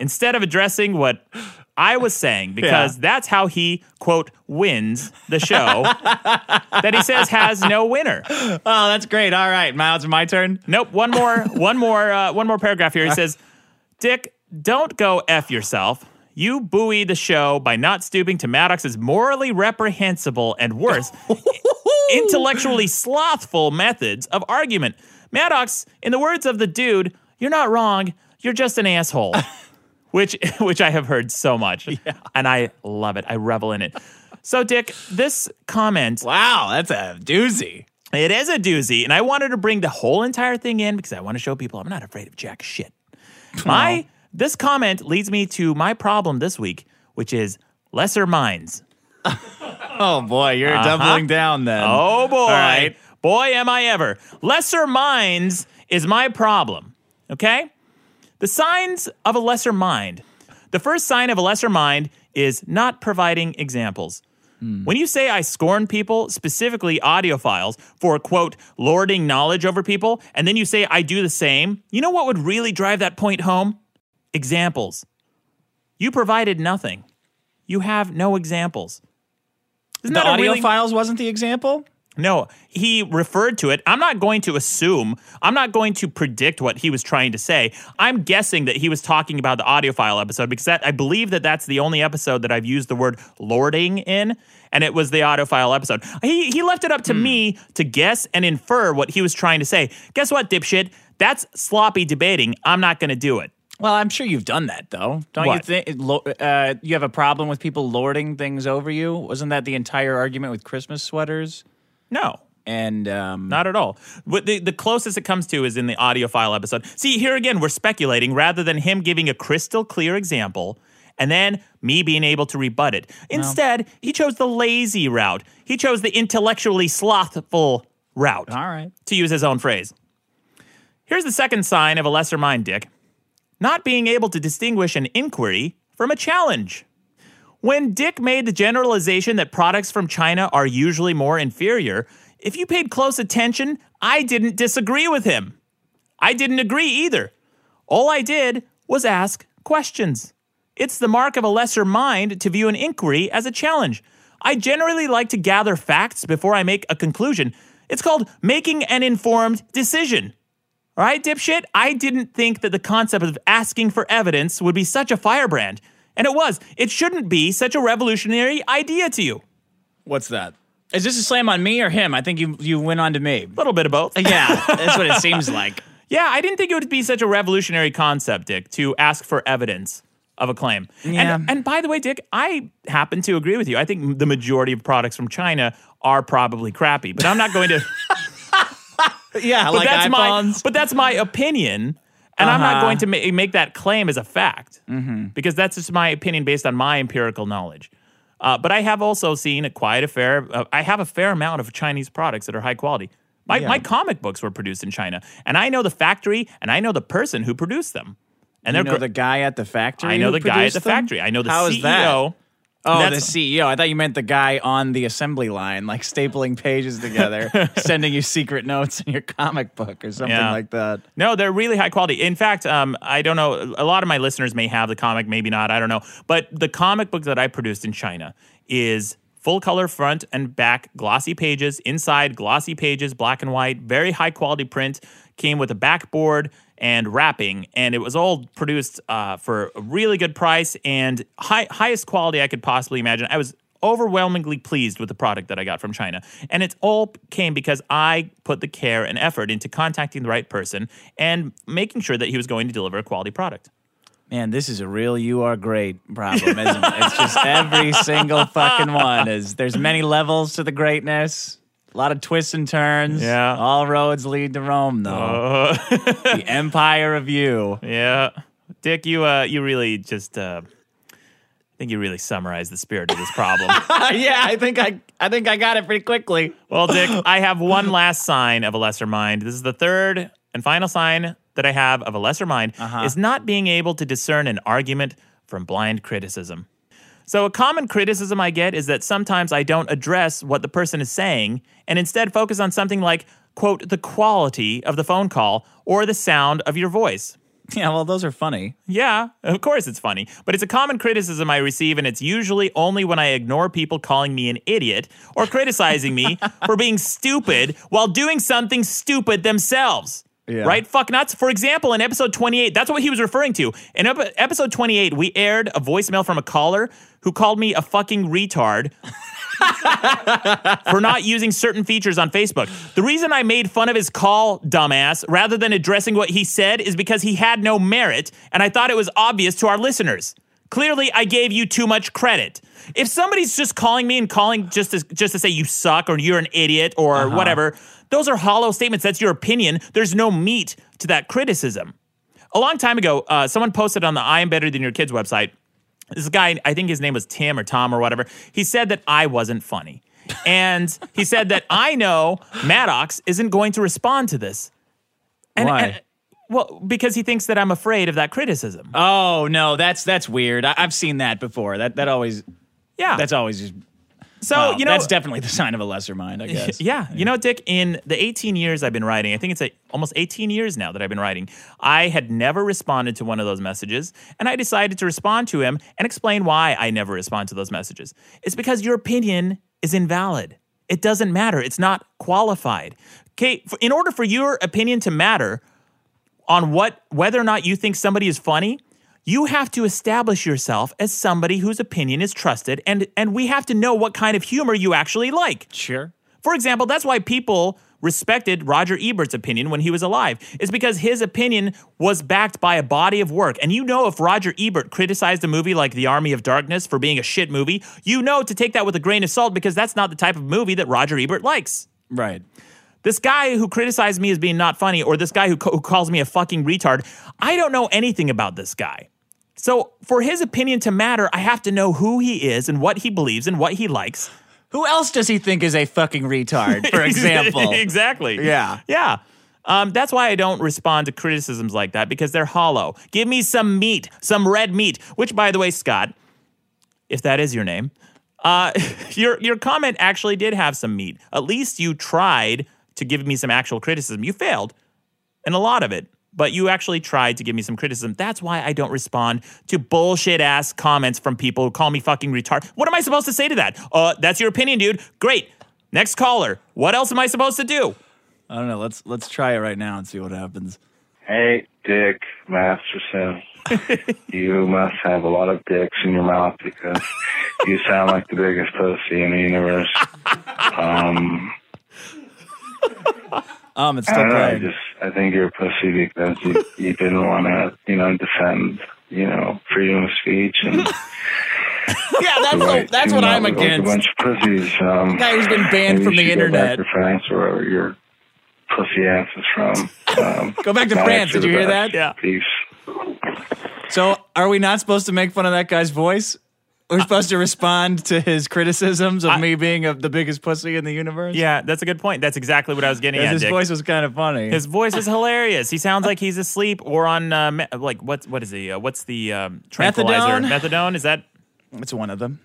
Speaker 2: instead of addressing what I was saying because
Speaker 3: Yeah.
Speaker 2: that's how he quote wins the show that he says has no winner."
Speaker 3: Oh, that's great. All right, now it's my turn.
Speaker 2: Nope. One more, one more, uh, one more paragraph here. He says, "Dick, don't go f yourself. You buoy the show by not stooping to Maddox's morally reprehensible and worse, intellectually slothful methods of argument. Maddox, in the words of the dude, you're not wrong. You're just an asshole." which which I have heard so much, and I love it. I revel in it. So, Dick, this comment
Speaker 3: Wow, that's a doozy.
Speaker 2: it is a doozy, and I wanted to bring the whole entire thing in because I want to show people I'm not afraid of jack shit. My this comment leads me to my problem this week, which is lesser minds.
Speaker 3: Oh boy, you're doubling down then.
Speaker 2: Uh-huh. Oh boy.
Speaker 3: right.
Speaker 2: Boy, am I ever. Lesser minds is my problem. Okay? The signs of a lesser mind. The first sign of a lesser mind is not providing examples.
Speaker 3: Hmm.
Speaker 2: When you say I scorn people, specifically audiophiles, for quote, lording knowledge over people, and then you say I do the same, you know what would really drive that point home? Examples. You provided nothing. You have no examples. Isn't
Speaker 3: the
Speaker 2: that a
Speaker 3: audio
Speaker 2: really-
Speaker 3: files wasn't the example.
Speaker 2: no, he referred to it. I'm not going to assume. I'm not going to predict what he was trying to say. I'm guessing that he was talking about the audiophile episode because that, I believe that that's the only episode that I've used the word lording in, and it was the audiophile episode. He he left it up to me to guess and infer what he was trying to say. Guess what, dipshit? That's sloppy debating. I'm not going to do it.
Speaker 3: Well, I'm sure you've done that though. Don't you
Speaker 2: What?
Speaker 3: think lo- uh, you have a problem with people lording things over you? Wasn't that the entire argument with Christmas sweaters?
Speaker 2: No.
Speaker 3: And um,
Speaker 2: Not at all. What the, the closest it comes to is in the audiophile episode. See, here again, we're speculating rather than him giving a crystal clear example and then me being able to rebut it. Instead, he chose the lazy route. He chose the intellectually slothful route,
Speaker 3: all right,
Speaker 2: to use his own phrase. Here's the second sign of a lesser mind, Dick not being able to distinguish an inquiry from a challenge. When Dick made the generalization that products from China are usually more inferior, if you paid close attention, I didn't disagree with him. I didn't agree either. All I did was ask questions. It's the mark of a lesser mind to view an inquiry as a challenge. I generally like to gather facts before I make a conclusion. It's called making an informed decision. All right, dipshit, I didn't think that the concept of asking for evidence would be such a firebrand. And it was. It shouldn't be such a revolutionary idea to you.
Speaker 3: what's that? Is this a slam on me or him? I think you you went on to me.
Speaker 2: A little bit of both.
Speaker 3: Yeah, that's what it seems like.
Speaker 2: Yeah, I didn't think it would be such a revolutionary concept, Dick, to ask for evidence of a claim.
Speaker 3: Yeah.
Speaker 2: And, and by the way, Dick, I happen to agree with you. I think the majority of products from China are probably crappy, but I'm not going to.
Speaker 3: Yeah,
Speaker 2: but
Speaker 3: like
Speaker 2: that's my
Speaker 3: iPhones.
Speaker 2: but that's my opinion, and I'm not
Speaker 3: Uh-huh. Mm-hmm.
Speaker 2: going to ma- make that claim as a fact because that's just my opinion based on my empirical knowledge. Uh, but I have also seen a quite a fair. Uh, I have a fair amount of Chinese products that are high quality. My my comic books were produced in China, and I know the factory, and I know the person who produced them, and
Speaker 3: You
Speaker 2: they're
Speaker 3: know
Speaker 2: gr-
Speaker 3: the guy at the factory.
Speaker 2: I know
Speaker 3: who
Speaker 2: the guy at
Speaker 3: produced
Speaker 2: the
Speaker 3: them?
Speaker 2: factory. I know the E
Speaker 3: How
Speaker 2: CEO.
Speaker 3: is that? Oh,
Speaker 2: That's-
Speaker 3: the CEO. I thought you meant the guy on the assembly line, like stapling pages together, sending you secret notes in your comic book or something
Speaker 2: Yeah.
Speaker 3: like that.
Speaker 2: No, they're really high quality. In fact, um, I don't know. A lot of my listeners may have the comic, maybe not. I don't know. But the comic book that I produced in China is full color front and back, glossy pages, inside glossy pages, black and white, very high quality print. Came with a backboard and wrapping, and it was all produced uh, for a really good price and high, highest quality I could possibly imagine. I was overwhelmingly pleased with the product that I got from China. And it all came because I put the care and effort into contacting the right person and making sure that he was going to deliver a quality product.
Speaker 3: Man, this is a real you are great problem, isn't it? It's just every single fucking one is there's many levels to the greatness. A lot of twists and turns.
Speaker 2: Yeah.
Speaker 3: All roads lead to Rome, though. the empire of you.
Speaker 2: Yeah. Dick, you uh you really just uh I think you really summarized the spirit of this problem.
Speaker 3: yeah, I think I I think I got it pretty quickly.
Speaker 2: well, Dick, I have one last sign of a lesser mind. This is the third and final sign that I have of a lesser mind is not being able to discern an argument from blind criticism. So, a common criticism I get is that sometimes I don't address what the person is saying and instead focus on something like, quote, the quality of the phone call or the sound of your voice.
Speaker 3: Yeah, well, those are funny.
Speaker 2: Yeah, of course it's funny, but it's a common criticism I receive, and it's usually only when I ignore people calling me an idiot or criticizing me for being stupid while doing something stupid themselves.
Speaker 3: Yeah.
Speaker 2: Right? Fuck nuts. For example, in episode 28, that's what he was referring to. In ep- episode 28, we aired a voicemail from a caller who called me a fucking retard for not using certain features on Facebook. The reason I made fun of his call, dumbass, rather than addressing what he said is because he had no merit and I thought it was obvious to our listeners. Clearly, I gave you too much credit. If somebody's just calling me and calling just to, just to say you suck or you're an idiot or whatever, those are hollow statements. That's your opinion. There's no meat to that criticism. A long time ago, uh, someone posted on the I Am Better Than Your Kids website this guy, I think his name was Tim or Tom or whatever, he said that I wasn't funny. And he said that I know Maddox isn't going to respond to this. And,
Speaker 3: Why?
Speaker 2: and- well, because he thinks that I'm afraid of that criticism.
Speaker 3: Oh no, that's that's weird. I, I've seen that before. That that always
Speaker 2: yeah.
Speaker 3: that's always just
Speaker 2: so,
Speaker 3: Ah. oh,
Speaker 2: you know,
Speaker 3: that's definitely the sign of a lesser mind, I guess.
Speaker 2: Yeah. You know, Dick, in the 18 years I've been writing, I think it's a, almost 18 years now that I've been writing, I had never responded to one of those messages. And I decided to respond to him and explain why I never respond to those messages. It's because your opinion is invalid, it doesn't matter, it's not qualified. Okay. f- In order for your opinion to matter, on what whether or not you think somebody is funny you have to establish yourself as somebody whose opinion is trusted and and we have to know what kind of humor you actually like
Speaker 3: Sure.
Speaker 2: for example, that's why people respected Roger Ebert's opinion when he was alive. It's because his opinion was backed by a body of work. And you know if Roger Ebert criticized a movie like The Army of Darkness for being a shit movie, you know to take that with a grain of salt because that's not the type of movie that Roger Ebert likes.
Speaker 3: Right.
Speaker 2: This guy who criticized me as being not funny or this guy who, co- who calls me a fucking retard, I don't know anything about this guy. So, for his opinion to matter, I have to know who he is and what he believes and what he likes.
Speaker 3: Who else does he think is a fucking retard, for example?
Speaker 2: exactly.
Speaker 3: Yeah.
Speaker 2: Yeah. Um, that's why I don't respond to criticisms like that because they're hollow. Give me some meat, some red meat. Which, by the way, Scott, if that is your name, uh, your your comment actually did have some meat. At least you tried to give me some actual criticism. You failed, and a lot of it. But you actually tried to give me some criticism. That's why I don't respond to bullshit ass comments from people who call me fucking retard. What am I supposed to say to that? Uh, that's your opinion, dude. Great. Next caller. What else am I supposed to do?
Speaker 3: I don't know. Let's let's try it right now and see what happens.
Speaker 6: Hey, Dick Masterson. you must have a lot of dicks in your mouth because you sound like the biggest pussy in the universe. Um,
Speaker 3: Um, it's
Speaker 6: I
Speaker 3: still
Speaker 6: don't know. I
Speaker 3: playing.
Speaker 6: just I think you're a pussy because you, you didn't want to, you know, defend, you know, freedom of speech and
Speaker 3: yeah, that's
Speaker 6: right,
Speaker 3: the, that's
Speaker 6: to
Speaker 3: what
Speaker 6: not
Speaker 3: I'm
Speaker 6: look like
Speaker 3: against.
Speaker 6: A bunch of pussies. Um,
Speaker 3: Guy who's been banned
Speaker 6: maybe
Speaker 3: from
Speaker 6: you
Speaker 3: the
Speaker 6: should go
Speaker 3: internet.
Speaker 6: Back to France or your pussy ass is from. Um,
Speaker 3: Go back to
Speaker 6: not
Speaker 3: France.
Speaker 6: actually
Speaker 3: Did you
Speaker 6: the
Speaker 3: hear
Speaker 6: best.
Speaker 3: that?
Speaker 2: Yeah.
Speaker 6: Peace.
Speaker 3: So, are we not supposed to make fun of that guy's voice?
Speaker 2: Uh,
Speaker 3: We're supposed to respond to his criticisms of me being a, the biggest pussy in the universe.
Speaker 2: Yeah, that's a good point. That's exactly what I was getting
Speaker 3: 'Cause
Speaker 2: at.
Speaker 3: his
Speaker 2: Dick.
Speaker 3: voice was kind of funny.
Speaker 2: His voice is hilarious. He sounds like he's asleep or on uh, me- like what what is he? Uh, what's the um, tranquilizer? Methadone. Is that?
Speaker 3: it's one of them.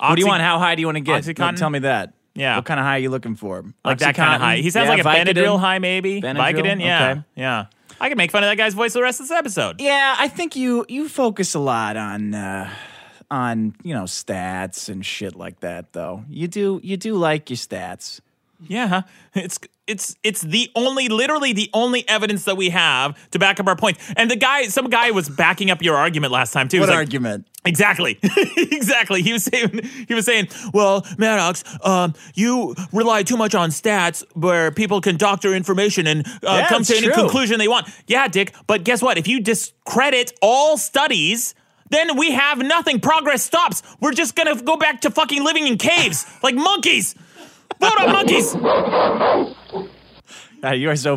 Speaker 2: Oxy-
Speaker 3: What do you want? How high do you want to get?
Speaker 2: Oxycontin?
Speaker 3: Tell me that.
Speaker 2: Yeah.
Speaker 3: What kind of high are you looking for?
Speaker 2: like that kind of high? He sounds like a Benadryl high, maybe.
Speaker 3: Benadryl?
Speaker 2: Vicodin. Yeah,
Speaker 3: Okay.
Speaker 2: yeah. I can make fun of that guy's voice the rest of this episode.
Speaker 3: Yeah, I think you you focus a lot on uh, on you know stats and shit like that, though. You do you do like your stats.
Speaker 2: Yeah, it's it's it's the only, literally the only evidence that we have to back up our point. And the guy, some guy was backing up your argument last time too. He
Speaker 3: What
Speaker 2: was like,
Speaker 3: argument?
Speaker 2: Exactly, exactly. He was saying, he was saying, well, Maddox, um, you rely too much on stats where people can doctor information and uh,
Speaker 3: Yeah,
Speaker 2: come to
Speaker 3: it's
Speaker 2: any
Speaker 3: true.
Speaker 2: conclusion they want. Yeah, Dick, but guess what? If you discredit all studies. Then we have nothing. Progress stops. We're just gonna go back to fucking living in caves like monkeys. Vote on monkeys. "Ah,
Speaker 3: God, you are so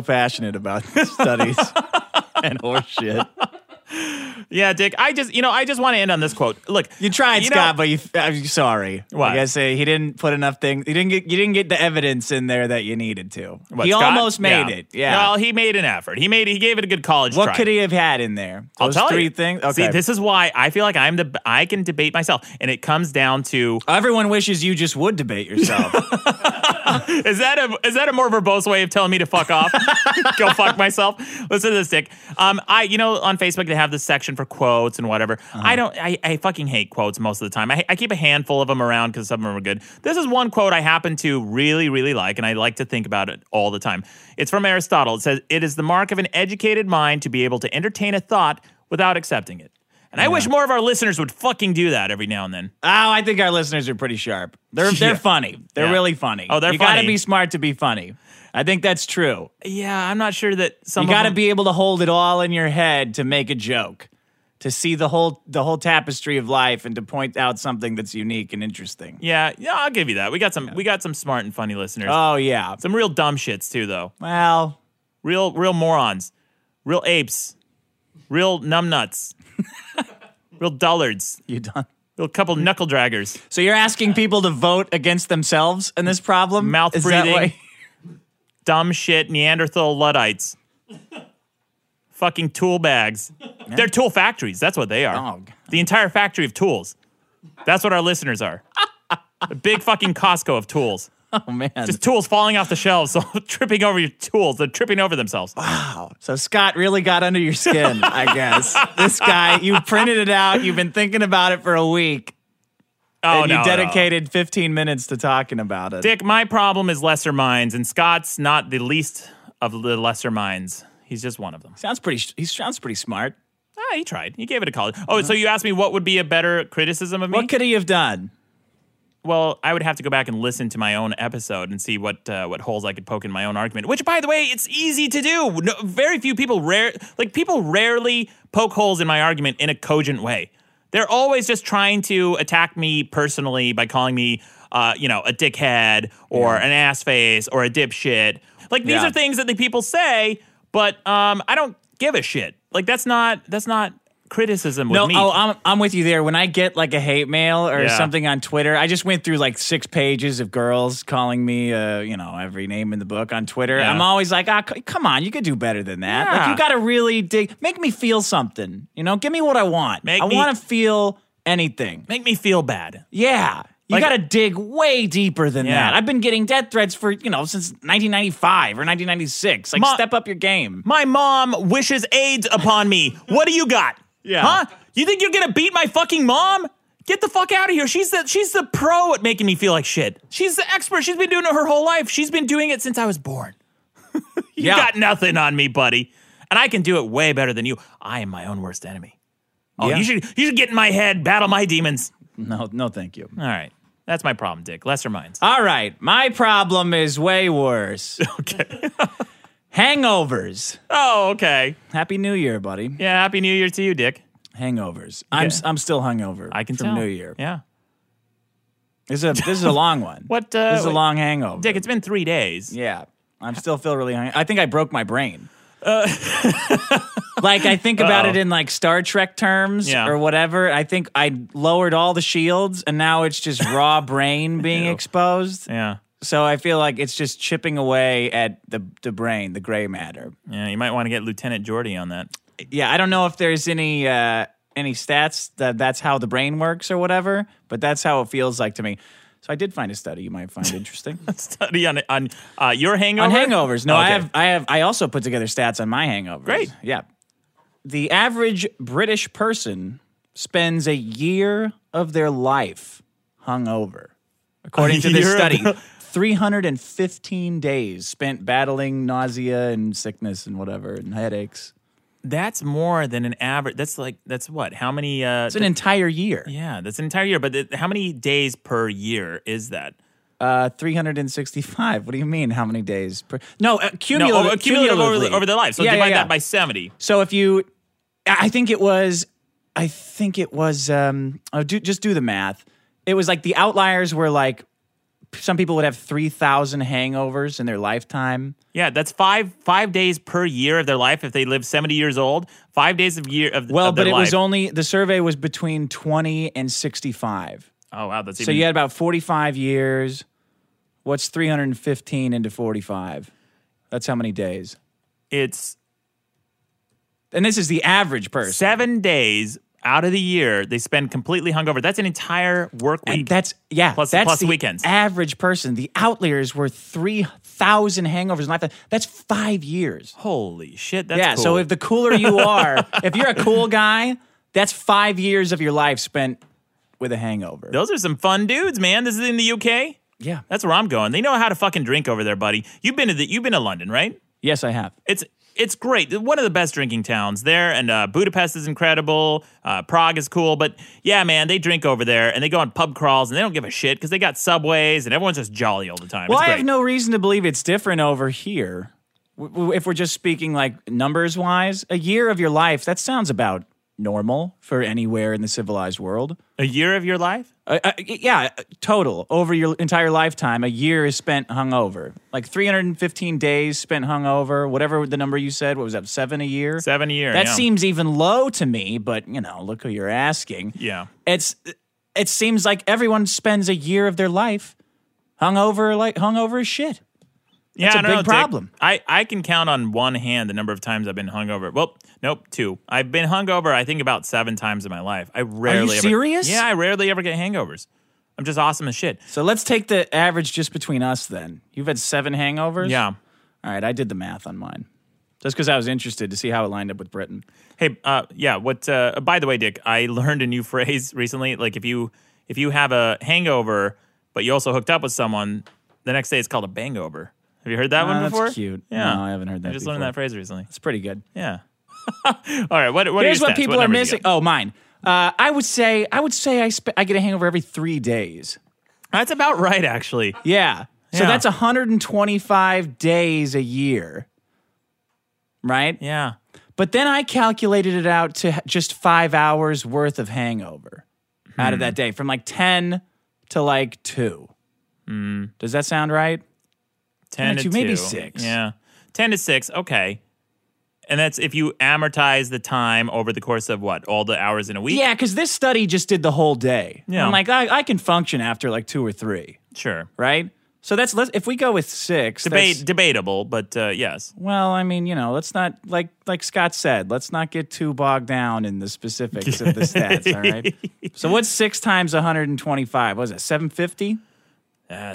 Speaker 3: passionate about studies and horseshit.
Speaker 2: Yeah, Dick. I just, you know, I just want to end on this quote. Look,
Speaker 3: You tried,
Speaker 2: You know-
Speaker 3: Scott, but you, I'm sorry.
Speaker 2: What?
Speaker 3: Like I say, he didn't put enough things. He didn't get. You didn't get the evidence in there that you needed to.
Speaker 2: What,
Speaker 3: he
Speaker 2: Scott?
Speaker 3: almost made it. Yeah.
Speaker 2: Well, he made an effort. He made. He gave it a good college
Speaker 3: what
Speaker 2: try.
Speaker 3: could he have had in there?
Speaker 2: I'll
Speaker 3: Those
Speaker 2: tell
Speaker 3: three
Speaker 2: you.
Speaker 3: things. Okay.
Speaker 2: See, this is why I feel like I'm the. I can debate myself, and it comes down to
Speaker 3: Everyone wishes you just would debate yourself.
Speaker 2: is that a is that a more verbose way of telling me to fuck off? Go fuck myself. Listen to this, Dick. Um, I you know on Facebook they have this section for quotes and whatever.
Speaker 3: Uh-huh.
Speaker 2: I don't. I, I fucking hate quotes most of the time. I, I keep a handful of them around because some of them are good. This is one quote I happen to really really like, and I like to think about it all the time. It's from Aristotle. It says, "It is the mark of an educated mind to be able to entertain a thought without accepting it." And I wish more of our listeners would fucking do that every now and then.
Speaker 3: Oh, I think our listeners are pretty sharp. They're they're funny. They're
Speaker 2: Yeah.
Speaker 3: really funny.
Speaker 2: Oh, they're
Speaker 3: you
Speaker 2: funny.
Speaker 3: gotta be smart to be funny. I think that's true.
Speaker 2: Yeah, I'm not sure that some.
Speaker 3: You
Speaker 2: of
Speaker 3: gotta
Speaker 2: them-
Speaker 3: be able to hold it all in your head to make a joke, to see the whole the whole tapestry of life, and to point out something that's unique and interesting.
Speaker 2: Yeah, yeah, I'll give you that. We got some, we got some smart and funny listeners.
Speaker 3: Oh yeah.
Speaker 2: some real dumb shits too, though.
Speaker 3: Well,
Speaker 2: Real, real morons, real apes, real numbnuts, real dullards,
Speaker 3: you done.
Speaker 2: real couple knuckle draggers.
Speaker 3: So you're asking people to vote against themselves in this problem?
Speaker 2: Mouth
Speaker 3: Is that
Speaker 2: breathing.
Speaker 3: why-
Speaker 2: dumb shit Neanderthal Luddites. Fucking tool bags. They're tool factories. That's what they are.
Speaker 3: Oh, God.
Speaker 2: The entire factory of tools. That's what our listeners are. A big fucking Costco of tools.
Speaker 3: Oh man.
Speaker 2: Just tools falling off the shelves, so tripping over your tools. They're tripping over themselves.
Speaker 3: So Scott really got under your skin, I guess. This guy, you printed it out. You've been thinking about it for a week.
Speaker 2: Oh,
Speaker 3: and
Speaker 2: no,
Speaker 3: you
Speaker 2: no.
Speaker 3: dedicated 15 minutes to talking about it.
Speaker 2: Dick, my problem is lesser minds, and Scott's not the least of the lesser minds. He's just one of them.
Speaker 3: sounds pretty. He sounds pretty smart.
Speaker 2: Ah, he tried. He gave it a college. Oh, so you asked me what would be a better criticism of me?
Speaker 3: What could he have done?
Speaker 2: Well, I would have to go back and listen to my own episode and see what uh, what holes I could poke in my own argument. Which, by the way, it's easy to do. No, very few people rare like people rarely poke holes in my argument in a cogent way. They're always just trying to attack me personally by calling me, uh, you know, a dickhead or an ass face or a dipshit. Like these
Speaker 3: Yeah.
Speaker 2: are things that the people say, but um, I don't give a shit. Like that's not that's not criticism with
Speaker 3: No,
Speaker 2: me.
Speaker 3: oh, I'm I'm with you there. When I get like a hate mail or
Speaker 2: Yeah.
Speaker 3: something on Twitter, I just went through like six pages of girls calling me, uh, you know, every name in the book on Twitter.
Speaker 2: Yeah.
Speaker 3: I'm always like, ah, c- come on, you could do better than that. Like
Speaker 2: Yeah.
Speaker 3: you got to really dig, make me feel something. You know, give me what I want.
Speaker 2: Make
Speaker 3: I
Speaker 2: me-
Speaker 3: want to feel anything.
Speaker 2: Make me feel bad.
Speaker 3: Yeah. You
Speaker 2: Like-
Speaker 3: got to dig way deeper than
Speaker 2: Yeah.
Speaker 3: that. I've been getting death threats for, you know, since 1995 or 1996. Like,
Speaker 2: Ma-
Speaker 3: step up your game.
Speaker 2: My mom wishes AIDS upon me. What do you got?
Speaker 3: Yeah.
Speaker 2: Huh? You think you're gonna beat my fucking mom? Get the fuck out of here. She's the she's the pro at making me feel like shit. She's the expert. She's been doing it her whole life. She's been doing it since I was born. you
Speaker 3: Yeah.
Speaker 2: got nothing on me, buddy. And I can do it way better than you. I am my own worst enemy. Oh,
Speaker 3: Yeah.
Speaker 2: you should you should get in my head, battle my demons.
Speaker 3: No, no, thank you.
Speaker 2: All right. That's my problem, Dick. Lesser minds.
Speaker 3: All right. My problem is way worse
Speaker 2: Okay.
Speaker 3: hangovers.
Speaker 2: oh, okay.
Speaker 3: Happy New Year, buddy.
Speaker 2: Yeah, happy new year to you, Dick.
Speaker 3: Hangovers. I'm, s- I'm still hungover
Speaker 2: I can
Speaker 3: from
Speaker 2: tell.
Speaker 3: New Year.
Speaker 2: Yeah.
Speaker 3: This, is a, this is a long one.
Speaker 2: What, uh,
Speaker 3: this is a
Speaker 2: wait.
Speaker 3: long hangover.
Speaker 2: Dick, it's been three days.
Speaker 3: yeah. I still feel really hungry. I think I broke my brain.
Speaker 2: Uh,
Speaker 3: like I think about it in like Star Trek terms
Speaker 2: Yeah.
Speaker 3: or whatever. I think I lowered all the shields and now it's just raw brain being exposed.
Speaker 2: Yeah.
Speaker 3: So I feel like it's just chipping away at the the brain, the gray matter.
Speaker 2: Yeah. You might want to get Lieutenant Jordy on that.
Speaker 3: Yeah, I don't know if there's any uh, any stats that that's how the brain works or whatever, but that's how it feels like to me. So I did find a study you might find interesting
Speaker 2: Study on on uh, your hangover.
Speaker 3: on hangovers. No, I
Speaker 2: Okay.
Speaker 3: have I have I also put together stats on my hangovers.
Speaker 2: Great.
Speaker 3: Yeah, the average British person spends a year of their life hungover, according to this
Speaker 2: year of
Speaker 3: study.
Speaker 2: their-
Speaker 3: 315 days spent battling nausea and sickness and whatever and headaches.
Speaker 2: That's more than an average. That's like that's what? How many? Uh,
Speaker 3: It's an entire year.
Speaker 2: yeah, that's an entire year. But th- how many days per year is that?
Speaker 3: Uh, 365. What do you mean? How many days? Per- no, uh,
Speaker 2: No,
Speaker 3: cumulative,
Speaker 2: over, cumulative
Speaker 3: cumulatively.
Speaker 2: over, over their life. So
Speaker 3: Yeah, yeah,
Speaker 2: divide
Speaker 3: yeah.
Speaker 2: that by seventy.
Speaker 3: So if you, I I think it was, I think it was. Um, oh, do just do the math. It was like the outliers were like, some people would have 3,000 hangovers in their lifetime.
Speaker 2: Yeah, that's five five days per year of their life if they live seventy years old. Five days of year of
Speaker 3: Well,
Speaker 2: of their
Speaker 3: Uh, but it was
Speaker 2: life.
Speaker 3: only the survey was between 20 and 65.
Speaker 2: oh wow, that's
Speaker 3: So
Speaker 2: even,
Speaker 3: you had about 45 years. What's 315 into 45? That's how many days.
Speaker 2: it's
Speaker 3: And this is the average person.
Speaker 2: seven days out of the year they spend completely hungover. That's an entire work
Speaker 3: And
Speaker 2: week.
Speaker 3: that's yeah.
Speaker 2: Plus-
Speaker 3: that's
Speaker 2: plus
Speaker 3: the
Speaker 2: weekends.
Speaker 3: Average person. The outliers were three thousand hangovers in life. That's five years.
Speaker 2: Holy shit! That's
Speaker 3: yeah. So
Speaker 2: cool.
Speaker 3: if the cooler you are, if you're a cool guy, that's five years of your life spent with a hangover.
Speaker 2: those are some fun dudes, man. This is in the UK.
Speaker 3: yeah.
Speaker 2: That's where I'm going. They know how to fucking drink over there, buddy. You've been to the, you've been to London, right?
Speaker 3: Yes, I have.
Speaker 2: It's it's great. One of the best drinking towns there, and uh, Budapest is incredible. Uh, Prague is cool, but yeah, man, they drink over there and they go on pub crawls and they don't give a shit because they got subways and everyone's just jolly all the time.
Speaker 3: Well,
Speaker 2: it's
Speaker 3: I
Speaker 2: great.
Speaker 3: have no reason to believe it's different over here. W- w- If we're just speaking like numbers wise, a year of your life that sounds about normal for anywhere in the civilized world.
Speaker 2: a year of your life.
Speaker 3: Uh, uh, yeah, total over your entire lifetime, a year is spent hungover. Like 315 days spent hungover, whatever the number you said. What was that? Seven a year.
Speaker 2: Seven a year,
Speaker 3: That
Speaker 2: yeah.
Speaker 3: seems even low to me, but you know, look who you're asking.
Speaker 2: Yeah.
Speaker 3: It's it seems like everyone spends a year of their life hungover, like hungover as shit.
Speaker 2: Yeah,
Speaker 3: That's a
Speaker 2: I don't know,
Speaker 3: big
Speaker 2: Dick.
Speaker 3: problem.
Speaker 2: I, I can count on one hand the number of times I've been hungover. Well, nope, two. I've been hungover. I think about seven times in my life. I rarely. ever-
Speaker 3: serious?
Speaker 2: yeah, I rarely ever get hangovers. I'm just awesome as shit.
Speaker 3: So let's take the average just between us. Then you've had seven hangovers.
Speaker 2: Yeah.
Speaker 3: All right, I did the math on mine, just because I was interested to see how it lined up with Britain.
Speaker 2: Hey, uh, yeah. What? Uh, by the way, Dick, I learned a new phrase recently. Like, if you if you have a hangover, but you also hooked up with someone, the next day it's called a bangover. Have you heard that
Speaker 3: Ah,
Speaker 2: one
Speaker 3: that's
Speaker 2: before?
Speaker 3: cute.
Speaker 2: Yeah,
Speaker 3: No, I haven't heard that
Speaker 2: I just
Speaker 3: before.
Speaker 2: learned that phrase recently.
Speaker 3: It's pretty good.
Speaker 2: Yeah. All right. What? what
Speaker 3: Here's
Speaker 2: are your
Speaker 3: what
Speaker 2: stats?
Speaker 3: people are
Speaker 2: numbers you
Speaker 3: missing.
Speaker 2: got?
Speaker 3: Oh, mine. Uh, I would say I would say I sp- I get a hangover every three days.
Speaker 2: That's about right, actually.
Speaker 3: Yeah. So
Speaker 2: Yeah.
Speaker 3: that's 125 days a year. Right?
Speaker 2: Yeah.
Speaker 3: But then I calculated it out to h- just five hours worth of hangover out
Speaker 2: Hmm.
Speaker 3: of that day from like 10 to like 2.
Speaker 2: Hmm.
Speaker 3: Does that sound right?
Speaker 2: 10 to
Speaker 3: Yeah, two, maybe
Speaker 2: two.
Speaker 3: six.
Speaker 2: Yeah. 10 to 6. Okay. And that's if you amortize the time over the course of what? All the hours in a week?
Speaker 3: Yeah, because this study just did the whole day.
Speaker 2: Yeah.
Speaker 3: I'm like, I, I can function after like two or three,
Speaker 2: Sure.
Speaker 3: right? So that's, let's, if we go with six, that's-
Speaker 2: Debate, debatable, but uh, yes.
Speaker 3: Well, I mean, you know, let's not like like Scott said, let's not get too bogged down in the specifics of the stats, all right? So what's 6 times 125? What is it? 750?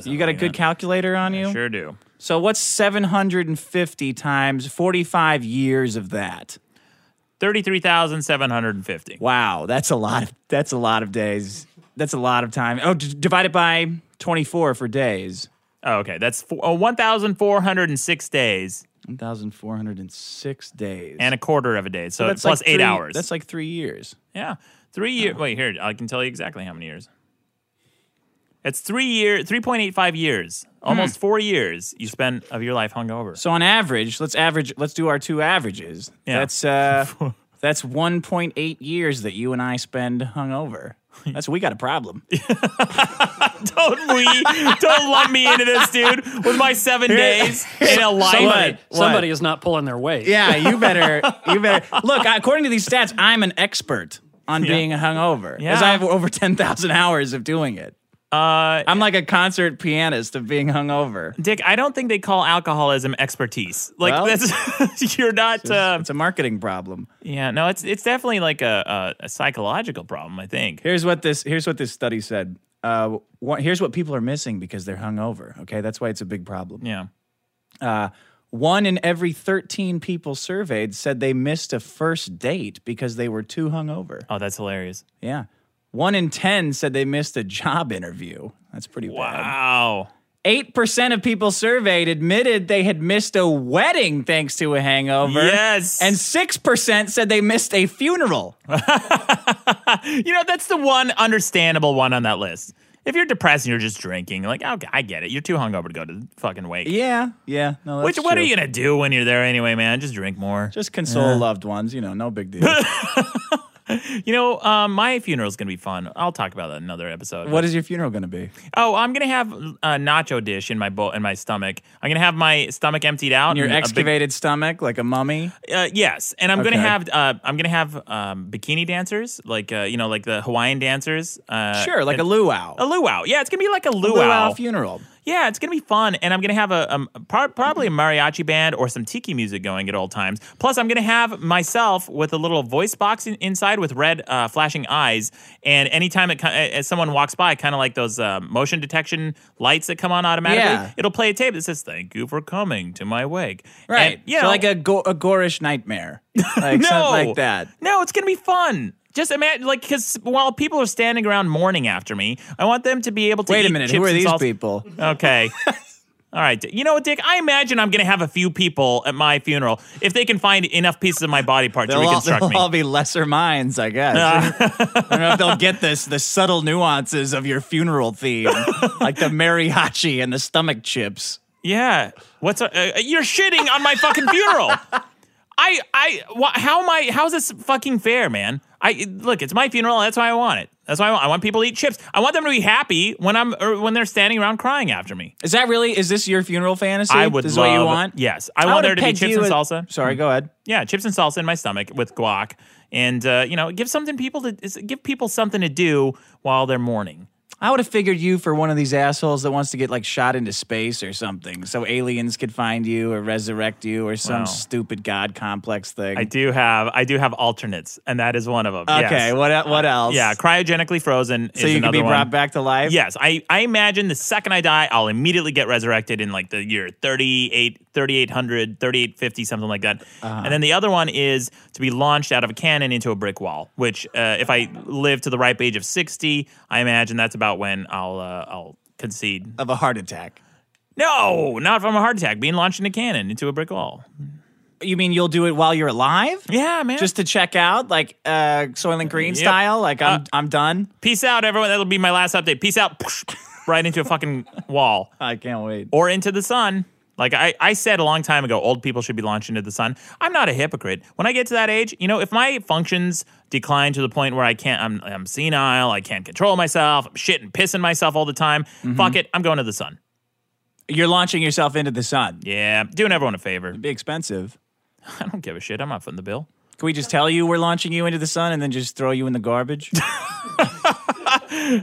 Speaker 3: You got a good calculator on you?
Speaker 2: Oh, Sure do.
Speaker 3: So what's 750 times 45 years of that?
Speaker 2: 33,750.
Speaker 3: Wow, that's a lot of that's a lot of days. That's a lot of time. Oh, d- divide it by 24 for days.
Speaker 2: Oh, okay. That's four, oh, 1,406 days
Speaker 3: 1406 days.
Speaker 2: and a quarter of a day. So,
Speaker 3: that's
Speaker 2: plus
Speaker 3: like
Speaker 2: eight
Speaker 3: three-
Speaker 2: hours.
Speaker 3: That's like Oh. 3 years.
Speaker 2: Yeah. Three years. Wait, here, I can tell you exactly how many years. It's three year, 3.85 years,
Speaker 3: Hmm.
Speaker 2: almost four years you spend of your life hungover.
Speaker 3: So on average, let's average. Let's do our two averages.
Speaker 2: Yeah.
Speaker 3: That's uh, that's 1.8 years that you and I spend hungover. That's we got a problem.
Speaker 2: Don't we? Don't lump me into this, dude. With my seven days in a life.
Speaker 4: Somebody,
Speaker 3: What?
Speaker 4: somebody is not pulling their weight.
Speaker 3: Yeah, you better. You better look. According to these stats, I'm an expert on being hungover because
Speaker 2: Yeah.
Speaker 3: I have over ten thousand hours of doing it.
Speaker 2: Uh,
Speaker 3: I'm like a concert pianist of being hungover.
Speaker 2: Dick, I don't think they call alcoholism expertise. Like
Speaker 3: Well,
Speaker 2: that's you're not. Uh,
Speaker 3: It's a marketing problem.
Speaker 2: yeah, no, it's it's definitely like a, a, a psychological problem. I think.
Speaker 3: Here's what this here's what this study said. Uh, one, here's what people are missing because they're hungover. Okay, that's why it's a big problem.
Speaker 2: Yeah.
Speaker 3: One in every 13 people surveyed said they missed a first date because they were too hungover.
Speaker 2: Oh, that's hilarious.
Speaker 3: Yeah, one in 10 said they missed a job interview. That's pretty bad.
Speaker 2: Wow.
Speaker 3: Eight percent of people surveyed admitted they had missed a wedding thanks to a hangover.
Speaker 2: Yes.
Speaker 3: and six percent said they missed a funeral.
Speaker 2: You know, that's the one understandable one on that list. If you're depressed and you're just drinking, like, okay, I get it. You're too hungover to go to the fucking wake.
Speaker 3: Yeah, yeah. No, that's
Speaker 2: Which, what
Speaker 3: true.
Speaker 2: are you going to do when you're there anyway, man? Just drink more.
Speaker 3: Just console loved ones. You know, no big deal.
Speaker 2: You know, um, my funeral's going to be fun. I'll talk about that in another episode.
Speaker 3: What is your funeral going to be?
Speaker 2: Oh, I'm gonna have a nacho dish in my bowl in my stomach. I'm gonna have my stomach emptied out.
Speaker 3: Your
Speaker 2: and a big-
Speaker 3: excavated stomach, like a mummy.
Speaker 2: uh, yes, and I'm gonna
Speaker 3: Okay.
Speaker 2: have uh, I'm gonna have um, bikini dancers, like uh, you know, like the Hawaiian dancers. Uh,
Speaker 3: sure, like a luau.
Speaker 2: a luau. Yeah, it's gonna be like a luau.
Speaker 3: funeral.
Speaker 2: Yeah, it's gonna be fun, and I'm gonna have a, um, pro- probably a mariachi band or some tiki music going at all times. Plus, I'm gonna have myself with a little voice box in- inside with red uh, flashing eyes, and anytime it co- as someone walks by, kind of like those uh, motion detection lights that come on automatically,
Speaker 3: Yeah.
Speaker 2: it'll play a tape that says "Thank you for coming to my wake."
Speaker 3: Right.
Speaker 2: And, you
Speaker 3: so
Speaker 2: know,
Speaker 3: like a, go- a gorish nightmare. Like
Speaker 2: no,
Speaker 3: something like that.
Speaker 2: No, it's gonna be fun. Just imagine, like, because while people are standing around mourning after me, I want them to be able to
Speaker 3: Wait a
Speaker 2: eat
Speaker 3: minute,
Speaker 2: chips
Speaker 3: who are
Speaker 2: and
Speaker 3: these
Speaker 2: salsa.
Speaker 3: people?
Speaker 2: Okay. All right. You know what, Dick? I imagine I'm going to have a few people at my funeral if they can find enough pieces of my body part to
Speaker 3: They'll all,
Speaker 2: reconstruct
Speaker 3: they'll
Speaker 2: me. Ah.
Speaker 3: all be lesser minds, I guess. I don't know if they'll get this the subtle nuances of your funeral theme, like the mariachi and the stomach chips.
Speaker 2: yeah. What's a, uh, you're shitting on my fucking funeral? I I wha- how am I how's this fucking fair, man? I look, it's my funeral. That's why I want it. That's why I want, I want people to eat chips. I want them to be happy when I'm or when they're standing around crying after me.
Speaker 3: Is that really? Is this your funeral fantasy?
Speaker 2: I would
Speaker 3: This is
Speaker 2: love
Speaker 3: what you want?
Speaker 2: Yes, I, want
Speaker 3: would've
Speaker 2: there to be
Speaker 3: pegged
Speaker 2: chips
Speaker 3: you
Speaker 2: and
Speaker 3: as-
Speaker 2: salsa.
Speaker 3: Sorry, go ahead.
Speaker 2: Yeah, chips and salsa in my stomach with guac, and uh, you know, give something people to is- give people something to do while they're mourning.
Speaker 3: I would have figured you for one of these assholes that wants to get like shot into space or something, so aliens could find you or resurrect you or some
Speaker 2: Wow.
Speaker 3: stupid god complex thing.
Speaker 2: I do have I do have alternates, and that is one of them.
Speaker 3: okay,
Speaker 2: yes. Uh,
Speaker 3: what what else?
Speaker 2: yeah, cryogenically frozen.
Speaker 3: so
Speaker 2: is
Speaker 3: you could
Speaker 2: another
Speaker 3: be
Speaker 2: one.
Speaker 3: brought back to life.
Speaker 2: Yes, I, I imagine the second I die, I'll immediately get resurrected in like the year 38, 3800, 3850, something like that.
Speaker 3: Uh-huh.
Speaker 2: And then the other one is to be launched out of a cannon into a brick wall, which uh, if I live to the ripe age of 60, I imagine that's about when I'll, uh, I'll concede.
Speaker 3: of a heart attack.
Speaker 2: No, not from a heart attack, being launched in a cannon into a brick wall.
Speaker 3: You mean you'll do it while you're alive?
Speaker 2: Yeah, man.
Speaker 3: Just to check out, like uh, Soylent Green
Speaker 2: Yep.
Speaker 3: style. Like I'm,
Speaker 2: Uh,
Speaker 3: I'm done.
Speaker 2: peace out, everyone. That'll be my last update. Peace out. right into a fucking wall.
Speaker 3: I can't wait.
Speaker 2: or into the sun. Like I, I said a long time ago, old people should be launched into the sun. I'm not a hypocrite. When I get to that age, you know, if my functions decline to the point where I can't, I'm, I'm senile, I can't control myself, I'm shitting, pissing myself all the time, fuck it, I'm going to the sun.
Speaker 3: You're launching yourself into the sun.
Speaker 2: Yeah, doing everyone a favor.
Speaker 3: It'd be expensive.
Speaker 2: I don't give a shit. I'm not footing the bill.
Speaker 3: Can we just tell you we're launching you into the sun and then just throw you in the garbage?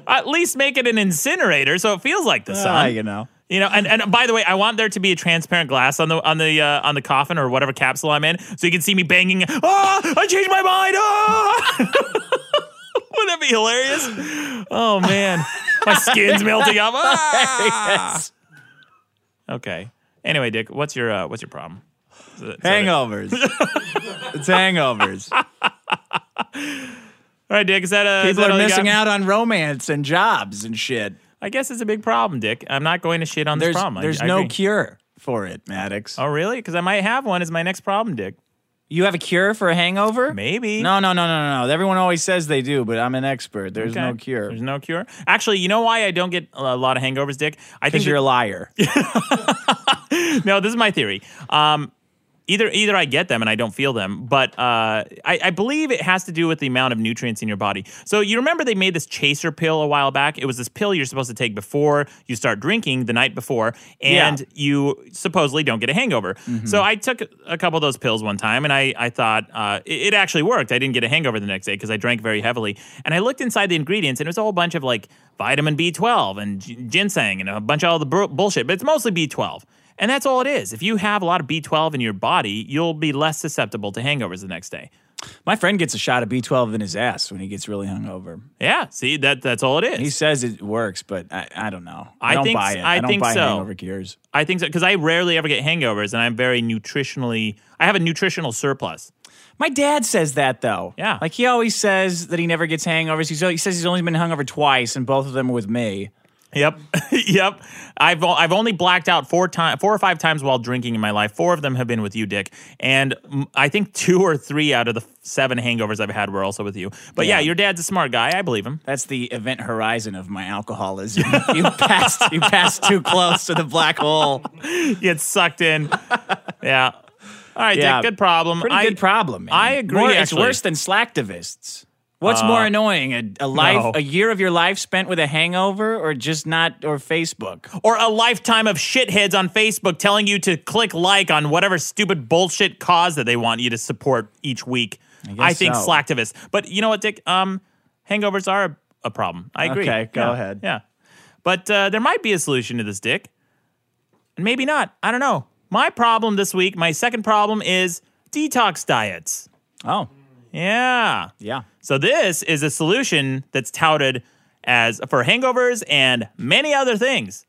Speaker 2: At least make it an incinerator so it feels like the sun.
Speaker 3: Ah, you know.
Speaker 2: You know, and, and by the way, I want there to be a transparent glass on the on the uh, on the coffin or whatever capsule I'm in, so you can see me banging. Ah, I changed my mind. Ah! Wouldn't that be hilarious? Oh man, my skin's melting off. Ah!
Speaker 3: Yes.
Speaker 2: Okay. Anyway, Dick, what's your uh, what's your problem? Is that- is that it?
Speaker 3: Hangovers. it's hangovers.
Speaker 2: All right, Dick. Is that uh, is
Speaker 3: People
Speaker 2: that
Speaker 3: are
Speaker 2: all you got?
Speaker 3: missing out on romance and jobs and shit.
Speaker 2: I guess it's a big problem, Dick. I'm not going to shit on
Speaker 3: There's
Speaker 2: this problem. I-
Speaker 3: there's
Speaker 2: I
Speaker 3: no
Speaker 2: agree.
Speaker 3: cure for it, Maddox.
Speaker 2: oh really? Because I might have one. Is my next problem, Dick?
Speaker 3: You have a cure for a hangover?
Speaker 2: Maybe.
Speaker 3: No, no, no, no, no, no. Everyone always says they do, but I'm an expert. There's
Speaker 2: Okay.
Speaker 3: no cure.
Speaker 2: There's no cure. Actually, you know why I don't get a lot of hangovers, Dick? I think
Speaker 3: Because you're a liar.
Speaker 2: no, this is my theory. Um, Either either I get them and I don't feel them, but uh, I, I believe it has to do with the amount of nutrients in your body. So you remember they made this chaser pill a while back. It was this pill you're supposed to take before you start drinking the night before, and you supposedly don't get a hangover. So I took a couple of those pills one time, and I I thought uh, it, it actually worked. I didn't get a hangover the next day because I drank very heavily, and I looked inside the ingredients, and it was a whole bunch of like vitamin B12 and g- ginseng and a bunch of all the br- bullshit, but it's mostly B12. And that's all it is. If you have a lot of B12 in your body, you'll be less susceptible to hangovers the next day.
Speaker 3: My friend gets a shot of B12 in his ass when he gets really hungover.
Speaker 2: Yeah, see that that's all it is.
Speaker 3: He says it works, but I, I don't know. I,
Speaker 2: I
Speaker 3: don't
Speaker 2: think-
Speaker 3: buy it.
Speaker 2: I
Speaker 3: I, don't
Speaker 2: think
Speaker 3: buy
Speaker 2: so.
Speaker 3: hangover cures.
Speaker 2: I think so because I rarely ever get hangovers and I'm very nutritionally I have a nutritional surplus.
Speaker 3: My dad says that though.
Speaker 2: Yeah.
Speaker 3: like he always says that he never gets hangovers. He's, he says he's only been hungover twice, and both of them were with me.
Speaker 2: Yep. yep. I've o- I've only blacked out four time four or five times while drinking in my life. Four of them have been with you, Dick. And mm, I think two or three out of the f- seven hangovers I've had were also with you. But yeah,
Speaker 3: Yeah.
Speaker 2: your dad's a smart guy. I believe him.
Speaker 3: That's the event horizon of my alcoholism. you passed, you passed too close to the black hole.
Speaker 2: Gets sucked in. yeah. All right,
Speaker 3: Yeah.
Speaker 2: Dick. Good problem.
Speaker 3: Pretty
Speaker 2: I-
Speaker 3: good problem. Man.
Speaker 2: I agree,
Speaker 3: More- it's
Speaker 2: actually.
Speaker 3: worse than slacktivists. What's more annoying, a, a life,
Speaker 2: no.
Speaker 3: a year of your life spent with a hangover, or just not, or Facebook?
Speaker 2: or a lifetime of shitheads on Facebook telling you to click like on whatever stupid bullshit cause that they want you to support each week. I, think
Speaker 3: so.
Speaker 2: slacktivists. But you know what, Dick? Um, hangovers are a, a problem. I agree.
Speaker 3: Okay, go
Speaker 2: Yeah.
Speaker 3: ahead.
Speaker 2: Yeah. But uh, there might be a solution to this, Dick. And maybe not. I don't know. My problem this week, my second problem is detox diets.
Speaker 3: Oh,
Speaker 2: Yeah.
Speaker 3: yeah.
Speaker 2: So this is a solution that's touted as for hangovers and many other things.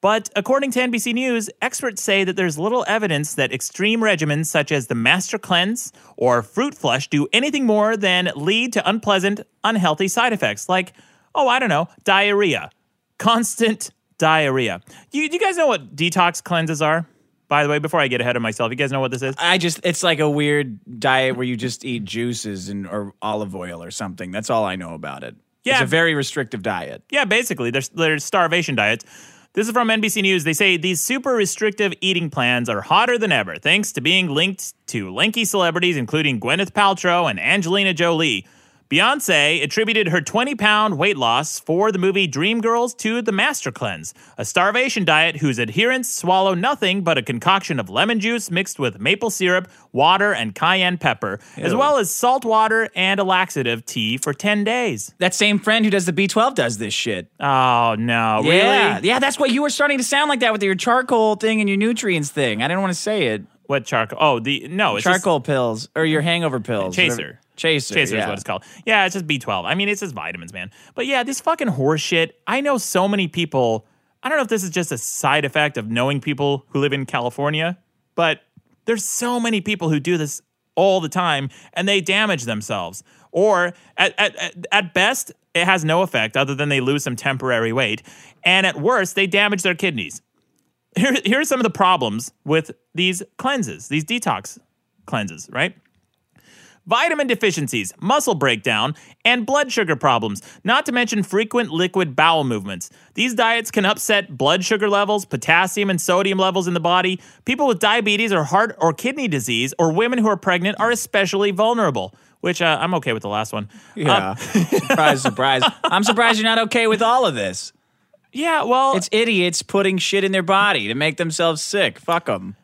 Speaker 2: But according to NBC News, experts say that there's little evidence that extreme regimens such as the Master Cleanse or Fruit Flush do anything more than lead to unpleasant, unhealthy side effects like, oh, I don't know, diarrhea. Constant diarrhea. You, do you guys know what detox cleanses are? By the way, before I get ahead of myself, you guys know what this is?
Speaker 3: I just it's like a weird diet where you just eat juices and or olive oil or something. That's all I know about it.
Speaker 2: Yeah.
Speaker 3: It's a very restrictive diet.
Speaker 2: Yeah, basically, there's there's starvation diets. This is from NBC News. They say these super restrictive eating plans are hotter than ever, thanks to being linked to lanky celebrities, including Gwyneth Paltrow and Angelina Jolie. Beyonce attributed her 20 pound weight loss for the movie Dreamgirls to the Master Cleanse, a starvation diet whose adherents swallow nothing but a concoction of lemon juice mixed with maple syrup, water, and cayenne pepper, as well as salt water and a laxative tea for 10 days.
Speaker 3: That same friend who does the B12 does this shit.
Speaker 2: Oh, no. Really?
Speaker 3: Yeah, yeah. That's why you were starting to sound like that with your charcoal thing and your nutrients thing. I didn't want to say it.
Speaker 2: What charcoal? Oh, the no, it's
Speaker 3: charcoal pills or your hangover pills.
Speaker 2: Chaser.
Speaker 3: whatever- Chaser.
Speaker 2: Just, chaser is
Speaker 3: yeah.
Speaker 2: what it's called. Yeah, it's just B12. I mean, it's just vitamins, man. But yeah, this fucking horse shit. I know so many people. I don't know if this is just a side effect of knowing people who live in California, but there's so many people who do this all the time and they damage themselves. Or at, at, at- at best, it has no effect other than they lose some temporary weight. And at worst, they damage their kidneys. Here, here are some of the problems with these cleanses, these detox cleanses, right? vitamin deficiencies, muscle breakdown, and blood sugar problems, not to mention frequent liquid bowel movements. These diets can upset blood sugar levels, potassium and sodium levels in the body. People with diabetes or heart or kidney disease or women who are pregnant are especially vulnerable, which uh, I'm okay with the last one.
Speaker 3: Yeah. surprise, surprise. I'm surprised you're not okay with all of this.
Speaker 2: Yeah, well,
Speaker 3: It's idiots putting shit in their body to make themselves sick. Fuck them.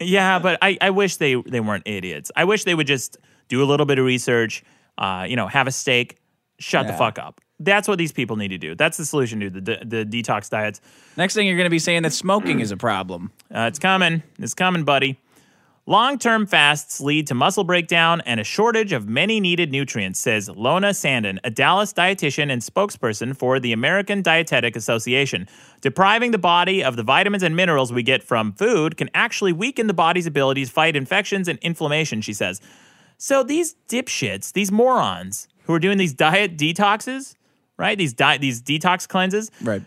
Speaker 2: yeah, but I, I wish they, they weren't idiots. I wish they would just do a little bit of research, uh, you know, have a steak, shut the fuck up. That's what these people need to do. That's the solution to the, the, the detox diets.
Speaker 3: Next thing you're going to be saying that smoking is a problem.
Speaker 2: Uh, it's coming. It's coming, buddy. Long term fasts lead to muscle breakdown and a shortage of many needed nutrients, says Lona Sandin, a Dallas dietitian and spokesperson for the American Dietetic Association. Depriving the body of the vitamins and minerals we get from food can actually weaken the body's ability to fight infections and inflammation, she says. So these dipshits, these morons who are doing these diet detoxes, right? These, di- these detox cleanses,
Speaker 3: Right.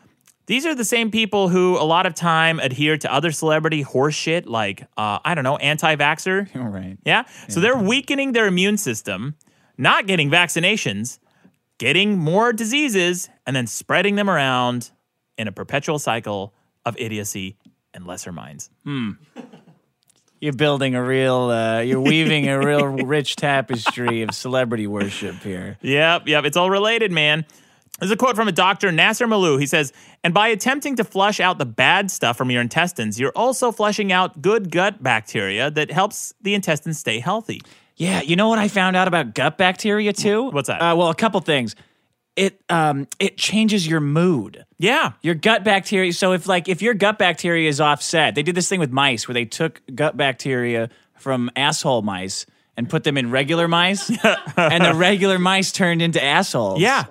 Speaker 2: these are the same people who a lot of time adhere to other celebrity horseshit, like uh, I don't know, anti-vaxer.
Speaker 3: All right.
Speaker 2: Yeah? so they're weakening their immune system, not getting vaccinations, getting more diseases, and then spreading them around in a perpetual cycle of idiocy and lesser minds.
Speaker 3: you're building a real, uh, you're weaving a real rich tapestry of celebrity worship here.
Speaker 2: Yep, yep. It's all related, man. There's a quote from a doctor, Nasser Malou. He says, And by attempting to flush out the bad stuff from your intestines, you're also flushing out good gut bacteria that helps the intestines stay healthy.
Speaker 3: Yeah, you know what I found out about gut bacteria too?
Speaker 2: What's that?
Speaker 3: Uh, well, a couple things. It um it changes your mood.
Speaker 2: Yeah.
Speaker 3: Your gut bacteria. So if like if your gut bacteria is offset, they did this thing with mice where they took gut bacteria from asshole mice and put them in regular mice, and the regular mice turned into assholes.
Speaker 2: Yeah.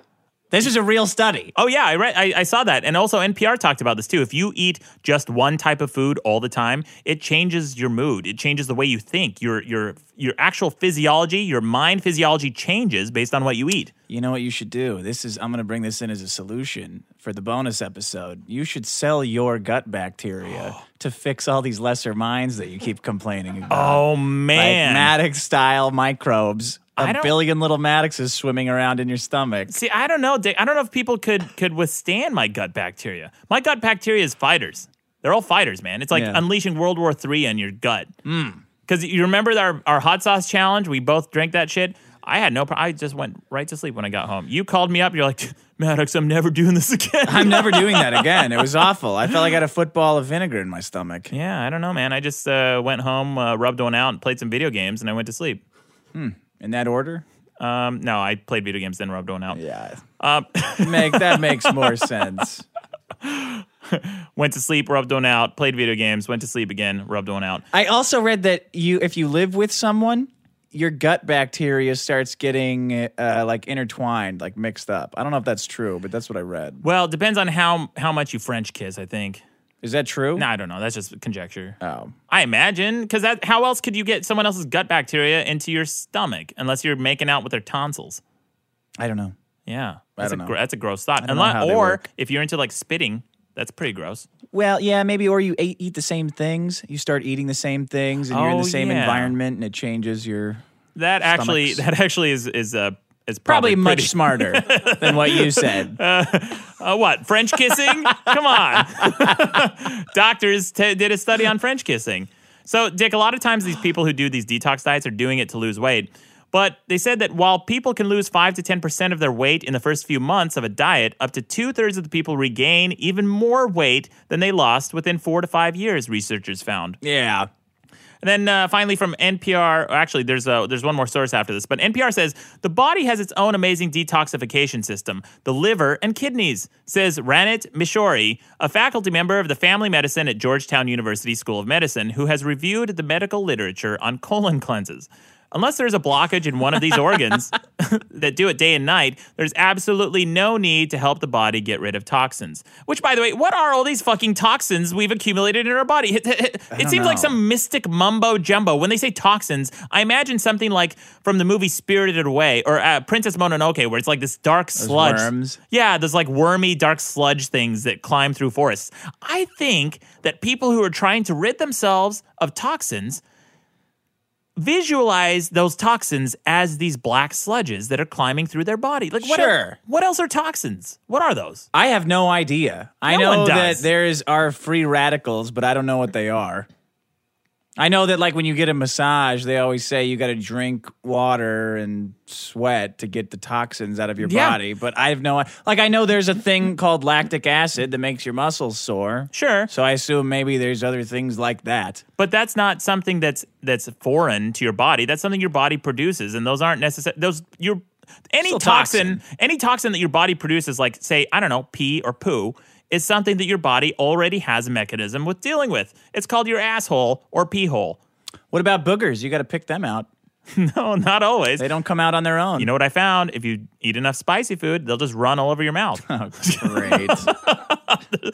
Speaker 3: this is a real study.
Speaker 2: Oh, yeah. I, read, I, I saw that. And also, NPR talked about this too. If you eat just one type of food all the time, it changes your mood, it changes the way you think. Your, your, your actual physiology, your mind physiology changes based on what you eat.
Speaker 3: You know what you should do? This is I'm going to bring this in as a solution for the bonus episode. You should sell your gut bacteria to fix all these lesser minds that you keep complaining about.
Speaker 2: Oh,
Speaker 3: like
Speaker 2: man.
Speaker 3: Maddox style microbes.
Speaker 2: I
Speaker 3: A
Speaker 2: don't-
Speaker 3: billion little Maddoxes swimming around in your stomach.
Speaker 2: See, I don't know. Dick. I don't know if people could could withstand my gut bacteria. My gut bacteria is fighters. They're all fighters, man. It's like
Speaker 3: Yeah. Mm.
Speaker 2: unleashing World War III on your gut. Because you remember our, our hot sauce challenge? We both drank that shit. I had no. Pro- I just went right to sleep when I got home. You called me up. You're like, Maddox, I'm never doing this again.
Speaker 3: I'm never doing that again. It was awful. I felt like I had a football of vinegar in my stomach.
Speaker 2: yeah, I don't know, man. I just uh, went home, uh, rubbed one out, and played some video games, and I went to sleep.
Speaker 3: In that order?
Speaker 2: Um, no, I played video games, then rubbed one out.
Speaker 3: Yeah.
Speaker 2: Um,
Speaker 3: Make, that makes more sense.
Speaker 2: Went to sleep, rubbed one out, played video games, went to sleep again, rubbed one out.
Speaker 3: I also read that you, if you live with someone, your gut bacteria starts getting uh, like intertwined, like mixed up. I don't know if that's true, but that's what I read.
Speaker 2: Well, it depends on how how much you French kiss, I think.
Speaker 3: Is that true?
Speaker 2: No, I don't know. That's just conjecture.
Speaker 3: Oh.
Speaker 2: I imagine because that how else could you get someone else's gut bacteria into your stomach unless you're making out with their tonsils?
Speaker 3: I don't know.
Speaker 2: Yeah, that's
Speaker 3: don't
Speaker 2: a
Speaker 3: know.
Speaker 2: gro- that's a gross thought.
Speaker 3: don't know
Speaker 2: Unless,
Speaker 3: how they
Speaker 2: or
Speaker 3: work.
Speaker 2: if you're into like spitting, that's pretty gross.
Speaker 3: Well, yeah, maybe, or you eat, eat the same things. You start eating the same things, and you're in
Speaker 2: Oh,
Speaker 3: the same
Speaker 2: yeah.
Speaker 3: environment, and it changes your.
Speaker 2: That actually
Speaker 3: Stomachs.
Speaker 2: that actually is is uh, is
Speaker 3: Probably
Speaker 2: probably,
Speaker 3: much
Speaker 2: pretty-
Speaker 3: smarter than what you said.
Speaker 2: Uh, what French kissing? Come on, doctors t- did a study on French kissing. So, Dick, a lot of times these people who do these detox diets are doing it to lose weight. But they said that while people can lose 5 to 10% of their weight in the first few months of a diet, up to two thirds of the people regain even more weight than they lost within four to five years, researchers found.
Speaker 3: yeah.
Speaker 2: And then uh, finally, from NPR, or actually, there's a, there's one more source after this, but NPR says the body has its own amazing detoxification system, the liver and kidneys, says Ranit Mishori, a faculty member of the family medicine at Georgetown University School of Medicine, who has reviewed the medical literature on colon cleanses. Unless there's a blockage in one of these organs that do it day and night, there's absolutely no need to help the body get rid of toxins. Which, by the way, what are all these fucking toxins we've accumulated in our body? It, it- it seems like
Speaker 3: know.
Speaker 2: some mystic mumbo jumbo. When they say toxins, I imagine something like from the movie Spirited Away or uh, Princess Mononoke, where it's like this dark sludge.
Speaker 3: worms.
Speaker 2: Yeah, those like wormy, dark sludge things that climb through forests. I think that people who are trying to rid themselves of toxins visualize those toxins as these black sludges that are climbing through their body. Like, what,
Speaker 3: Sure.
Speaker 2: what else are toxins? What are those?
Speaker 3: I have no idea. I
Speaker 2: No one
Speaker 3: know that
Speaker 2: does.
Speaker 3: there is are free radicals, but I don't know what they are. I know that like when you get a massage, they always say you got to drink water and sweat to get the toxins out of your
Speaker 2: Yeah.
Speaker 3: body, but I have no like I know there's a thing called lactic acid that makes your muscles sore.
Speaker 2: Sure.
Speaker 3: So I assume maybe there's other things like that.
Speaker 2: But that's not something that's that's foreign to your body. That's something your body produces, and those aren't necessary. Those your any
Speaker 3: Still
Speaker 2: toxin, any toxin that your body produces, like say I don't know pee or poo, is something that your body already has a mechanism with dealing with. It's called your asshole or pee hole.
Speaker 3: What about boogers? You got to pick them out.
Speaker 2: No, not always.
Speaker 3: They don't come out on their own.
Speaker 2: You know what I found? If you eat enough spicy food, they'll just run all over your mouth.
Speaker 3: Oh, great.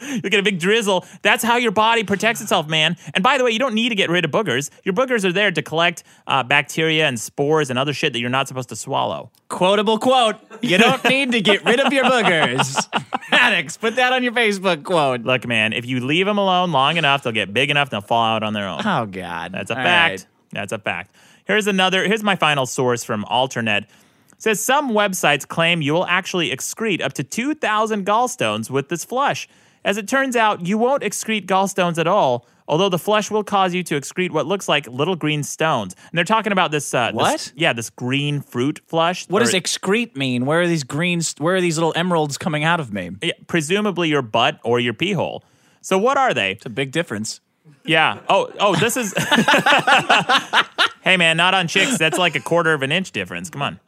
Speaker 2: you get a big drizzle. That's how your body protects itself, man. And by the way, you don't need to get rid of boogers. Your boogers are there to collect uh, bacteria and spores and other shit that you're not supposed to swallow.
Speaker 3: Quotable quote. You don't need to get rid of your boogers. Maddox, put that on your Facebook quote.
Speaker 2: Look, man, if you leave them alone long enough, they'll get big enough and they'll fall out on their own.
Speaker 3: Oh God,
Speaker 2: That's a fact. That's a fact. Here's another. Here's my final source from Alternet. It says some websites claim you will actually excrete up to 2,000 gallstones with this flush. As it turns out, you won't excrete gallstones at all, although the flesh will cause you to excrete what looks like little green stones. And they're talking about this. Uh, this-
Speaker 3: What?
Speaker 2: yeah, this green fruit flesh.
Speaker 3: What does
Speaker 2: Or-
Speaker 3: excrete mean? Where are these greens? Where are these little emeralds coming out of me?
Speaker 2: yeah, presumably your butt or your pee hole. So what are they?
Speaker 3: It's a big difference.
Speaker 2: Yeah. Oh, oh, this is. hey, man, not on chicks. That's like a quarter of an inch difference. Come on.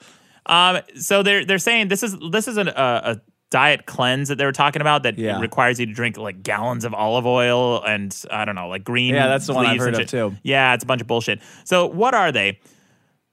Speaker 2: Um, so they're they're saying this is this is an, a, a diet cleanse that they were talking about that
Speaker 3: Yeah.
Speaker 2: requires you to drink like gallons of olive oil and I don't know like green.
Speaker 3: Yeah, that's the one I've
Speaker 2: leaves and
Speaker 3: heard of,
Speaker 2: shit.
Speaker 3: too.
Speaker 2: Yeah, it's a bunch of bullshit. So what are they?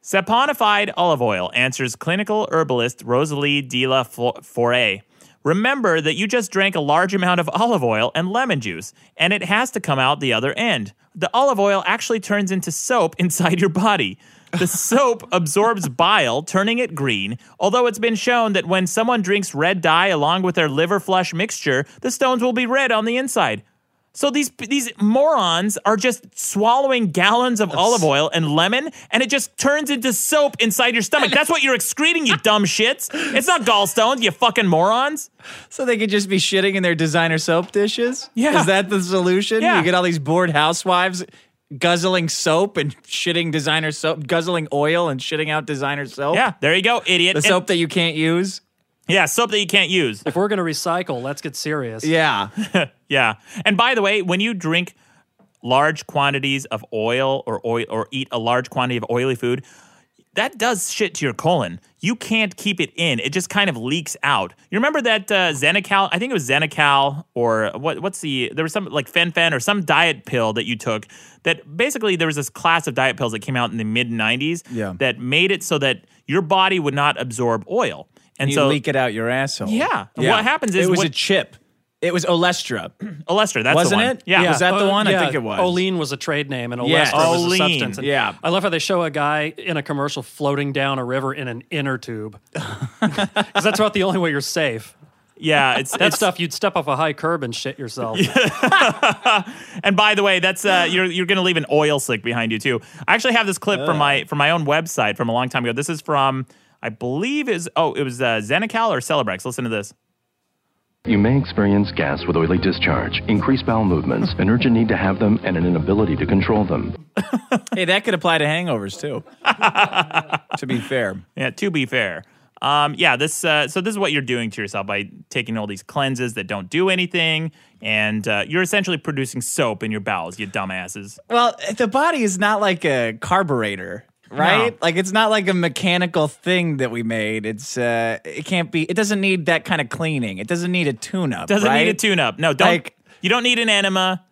Speaker 2: Saponified olive oil answers clinical herbalist Rosalie De La Fo- Foray. Remember that you just drank a large amount of olive oil and lemon juice, and it has to come out the other end. The olive oil actually turns into soap inside your body. The soap absorbs bile, turning it green, although it's been shown that when someone drinks red dye along with their liver flush mixture, the stones will be red on the inside. So these these morons are just swallowing gallons of olive oil and lemon, and it just turns into soap inside your stomach. That's what you're excreting, you dumb shits. It's not gallstones, you fucking morons.
Speaker 3: So they could just be shitting in their designer soap dishes?
Speaker 2: Yeah.
Speaker 3: Is that the solution?
Speaker 2: Yeah.
Speaker 3: You get all these bored housewives guzzling soap and shitting designer soap, guzzling oil and shitting out designer soap.
Speaker 2: Yeah, there you go, idiot.
Speaker 3: The
Speaker 2: And-
Speaker 3: soap that you can't use.
Speaker 2: yeah, soap that you can't use.
Speaker 4: If we're going to recycle, let's get serious.
Speaker 3: Yeah.
Speaker 2: Yeah. And by the way, when you drink large quantities of oil or oil or eat a large quantity of oily food, that does shit to your colon. You can't keep it in. It just kind of leaks out. You remember that uh, Zenical? I think it was Zenical or what? What's the? There was some like Fenfen or some diet pill that you took. That basically there was this class of diet pills that came out in the mid '90s
Speaker 3: Yeah.
Speaker 2: that made it so that your body would not absorb oil, and
Speaker 3: You
Speaker 2: so
Speaker 3: leak it out your asshole.
Speaker 2: Yeah. What happens is
Speaker 3: it was
Speaker 2: what-
Speaker 3: a chip. It was Olestra.
Speaker 2: Olestra, that's the
Speaker 3: Wasn't
Speaker 2: one.
Speaker 3: it? Was that the one? I
Speaker 4: yeah,
Speaker 3: think it was.
Speaker 4: Olean was a trade name, and Olestra
Speaker 3: Yes.
Speaker 4: was
Speaker 2: Olean,
Speaker 4: a substance. And
Speaker 3: yeah.
Speaker 4: I love how they show a guy in a commercial floating down a river in an inner tube, because that's about the only way you're safe.
Speaker 2: yeah? It's
Speaker 4: That
Speaker 2: it's,
Speaker 4: stuff, you'd step off a high curb and shit yourself.
Speaker 2: And by the way, that's uh, you're you're gonna leave an oil slick behind you too. I actually have this clip from my from my own website from a long time ago. This is from I believe is oh it was uh, Zenical or Celebrex. Listen to this.
Speaker 8: You may experience gas with oily discharge, increased bowel movements, an urgent need to have them, and an inability to control them.
Speaker 3: Hey, that could apply to hangovers too. to be fair.
Speaker 2: Yeah, to be fair. Um, yeah, this uh, so this is what you're doing to yourself by taking all these cleanses that don't do anything, and uh, you're essentially producing soap in your bowels, you dumbasses.
Speaker 3: Well, the body is not like a carburetor, right?
Speaker 2: No.
Speaker 3: Like it's not like a mechanical thing that we made. It's uh it can't be it doesn't need that kind of cleaning. It doesn't need a tune up.
Speaker 2: Doesn't need a tune-up. No, don't.
Speaker 3: Like-
Speaker 2: you don't need an enema.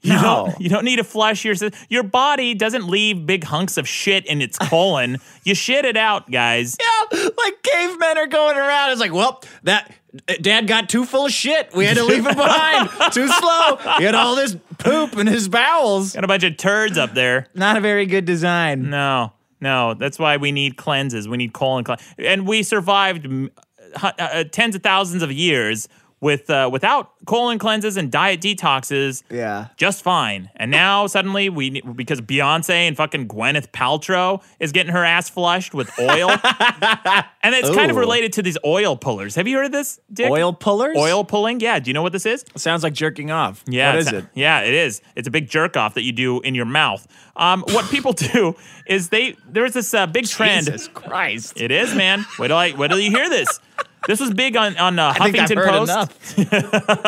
Speaker 2: You
Speaker 3: No.
Speaker 2: don't, you don't need to flush your sys- your body doesn't leave big hunks of shit in its colon. you shit it out, guys.
Speaker 3: Yeah, like cavemen are going around. It's like, well, that uh, dad got too full of shit. We had to leave him behind. too slow. He had all this poop in his bowels.
Speaker 2: Got a bunch of turds up there.
Speaker 3: Not a very good design.
Speaker 2: No, no. That's why we need cleanses. We need colon clean, and we survived mm, hu- uh, uh, tens of thousands of years with uh, without colon cleanses and diet detoxes.
Speaker 3: Yeah.
Speaker 2: just fine. And now suddenly we ne- because Beyonce and fucking Gwyneth Paltrow is getting her ass flushed with oil, and it's kind of
Speaker 3: Ooh.
Speaker 2: related to these oil pullers. Have you heard of this, Dick?
Speaker 3: Oil pullers?
Speaker 2: Oil pulling, yeah. Do you know what this is?
Speaker 3: sounds like jerking off.
Speaker 2: Yeah,
Speaker 3: What
Speaker 2: it's-
Speaker 3: is it?
Speaker 2: Yeah, it is. It's a big jerk off that you do in your mouth. Um, what people do is they there is this uh, big trend.
Speaker 3: Jesus Christ.
Speaker 2: It is, man. Wait till I wait till you hear this. This was big on on uh, Huffington
Speaker 3: I think I've heard
Speaker 2: Post.
Speaker 3: enough.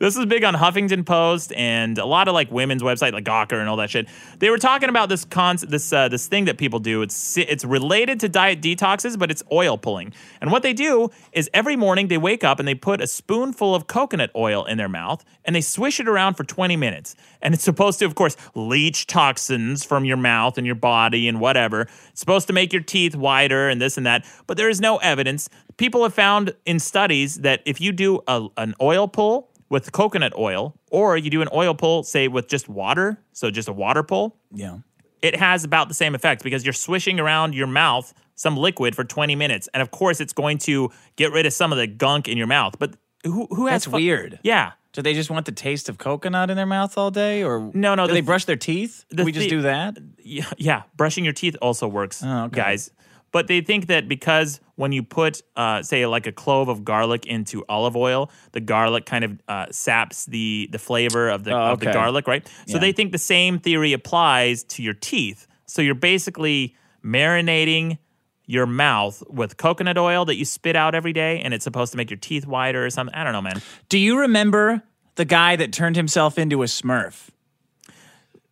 Speaker 2: this is big on Huffington Post and a lot of like women's website like Gawker and all that shit. They were talking about this con this uh, this thing that people do. It's si- it's related to diet detoxes, but it's oil pulling. And what they do is every morning they wake up and they put a spoonful of coconut oil in their mouth and they swish it around for 20 minutes. And it's supposed to of course leach toxins from your mouth and your body and whatever. It's supposed to make your teeth whiter and this and that, but there is no evidence. People have found in studies that if you do a, an oil pull with coconut oil, or you do an oil pull, say with just water, so just a water pull,
Speaker 3: Yeah.
Speaker 2: it has about the same effect because you're swishing around your mouth some liquid for 20 minutes. And of course, it's going to get rid of some of the gunk in your mouth. But who, who has
Speaker 3: That's
Speaker 2: fu-
Speaker 3: weird.
Speaker 2: Yeah.
Speaker 3: Do they just want the taste of coconut in their mouth all day, or
Speaker 2: No, no,
Speaker 3: Do
Speaker 2: the
Speaker 3: they
Speaker 2: th-
Speaker 3: brush their teeth?
Speaker 2: the
Speaker 3: we just
Speaker 2: thi-
Speaker 3: do that.
Speaker 2: yeah, yeah, brushing your teeth also works,
Speaker 3: Oh, okay.
Speaker 2: guys. But they think that because when you put, uh, say, like a clove of garlic into olive oil, the garlic kind of uh, saps the the flavor of the
Speaker 3: Oh,
Speaker 2: of the
Speaker 3: okay.
Speaker 2: garlic, right? So they think the same theory applies to your teeth. So you're basically marinating your mouth with coconut oil that you spit out every day, and it's supposed to make your teeth whiter or something. I don't know, man.
Speaker 3: Do you remember the guy that turned himself into a Smurf?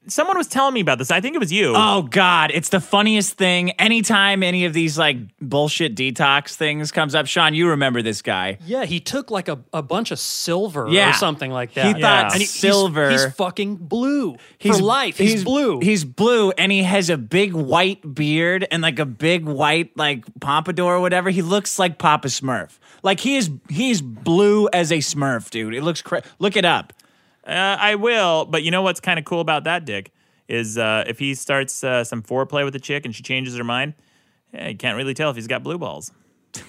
Speaker 2: Someone was telling me about this. I think it was you.
Speaker 3: Oh God, it's the funniest thing. Anytime any of these like bullshit detox things comes up, Sean, you remember this guy.
Speaker 4: Yeah, he took like a, a bunch of silver
Speaker 3: Yeah.
Speaker 4: or something like
Speaker 3: He
Speaker 4: that.
Speaker 3: thought
Speaker 2: Yeah. And
Speaker 4: he- he's-
Speaker 3: silver.
Speaker 4: He's, fucking blue. He's, For life. He's, blue.
Speaker 3: He's blue, and he has a big white beard and like a big white like pompadour or whatever. He looks like Papa Smurf. Like he is he's blue as a Smurf, dude. It looks cra- look it up.
Speaker 2: Uh, I will, but you know what's kind of cool about that, Dick, is uh, if he starts uh, some foreplay with a chick and she changes her mind, eh, you can't really tell if he's got blue balls.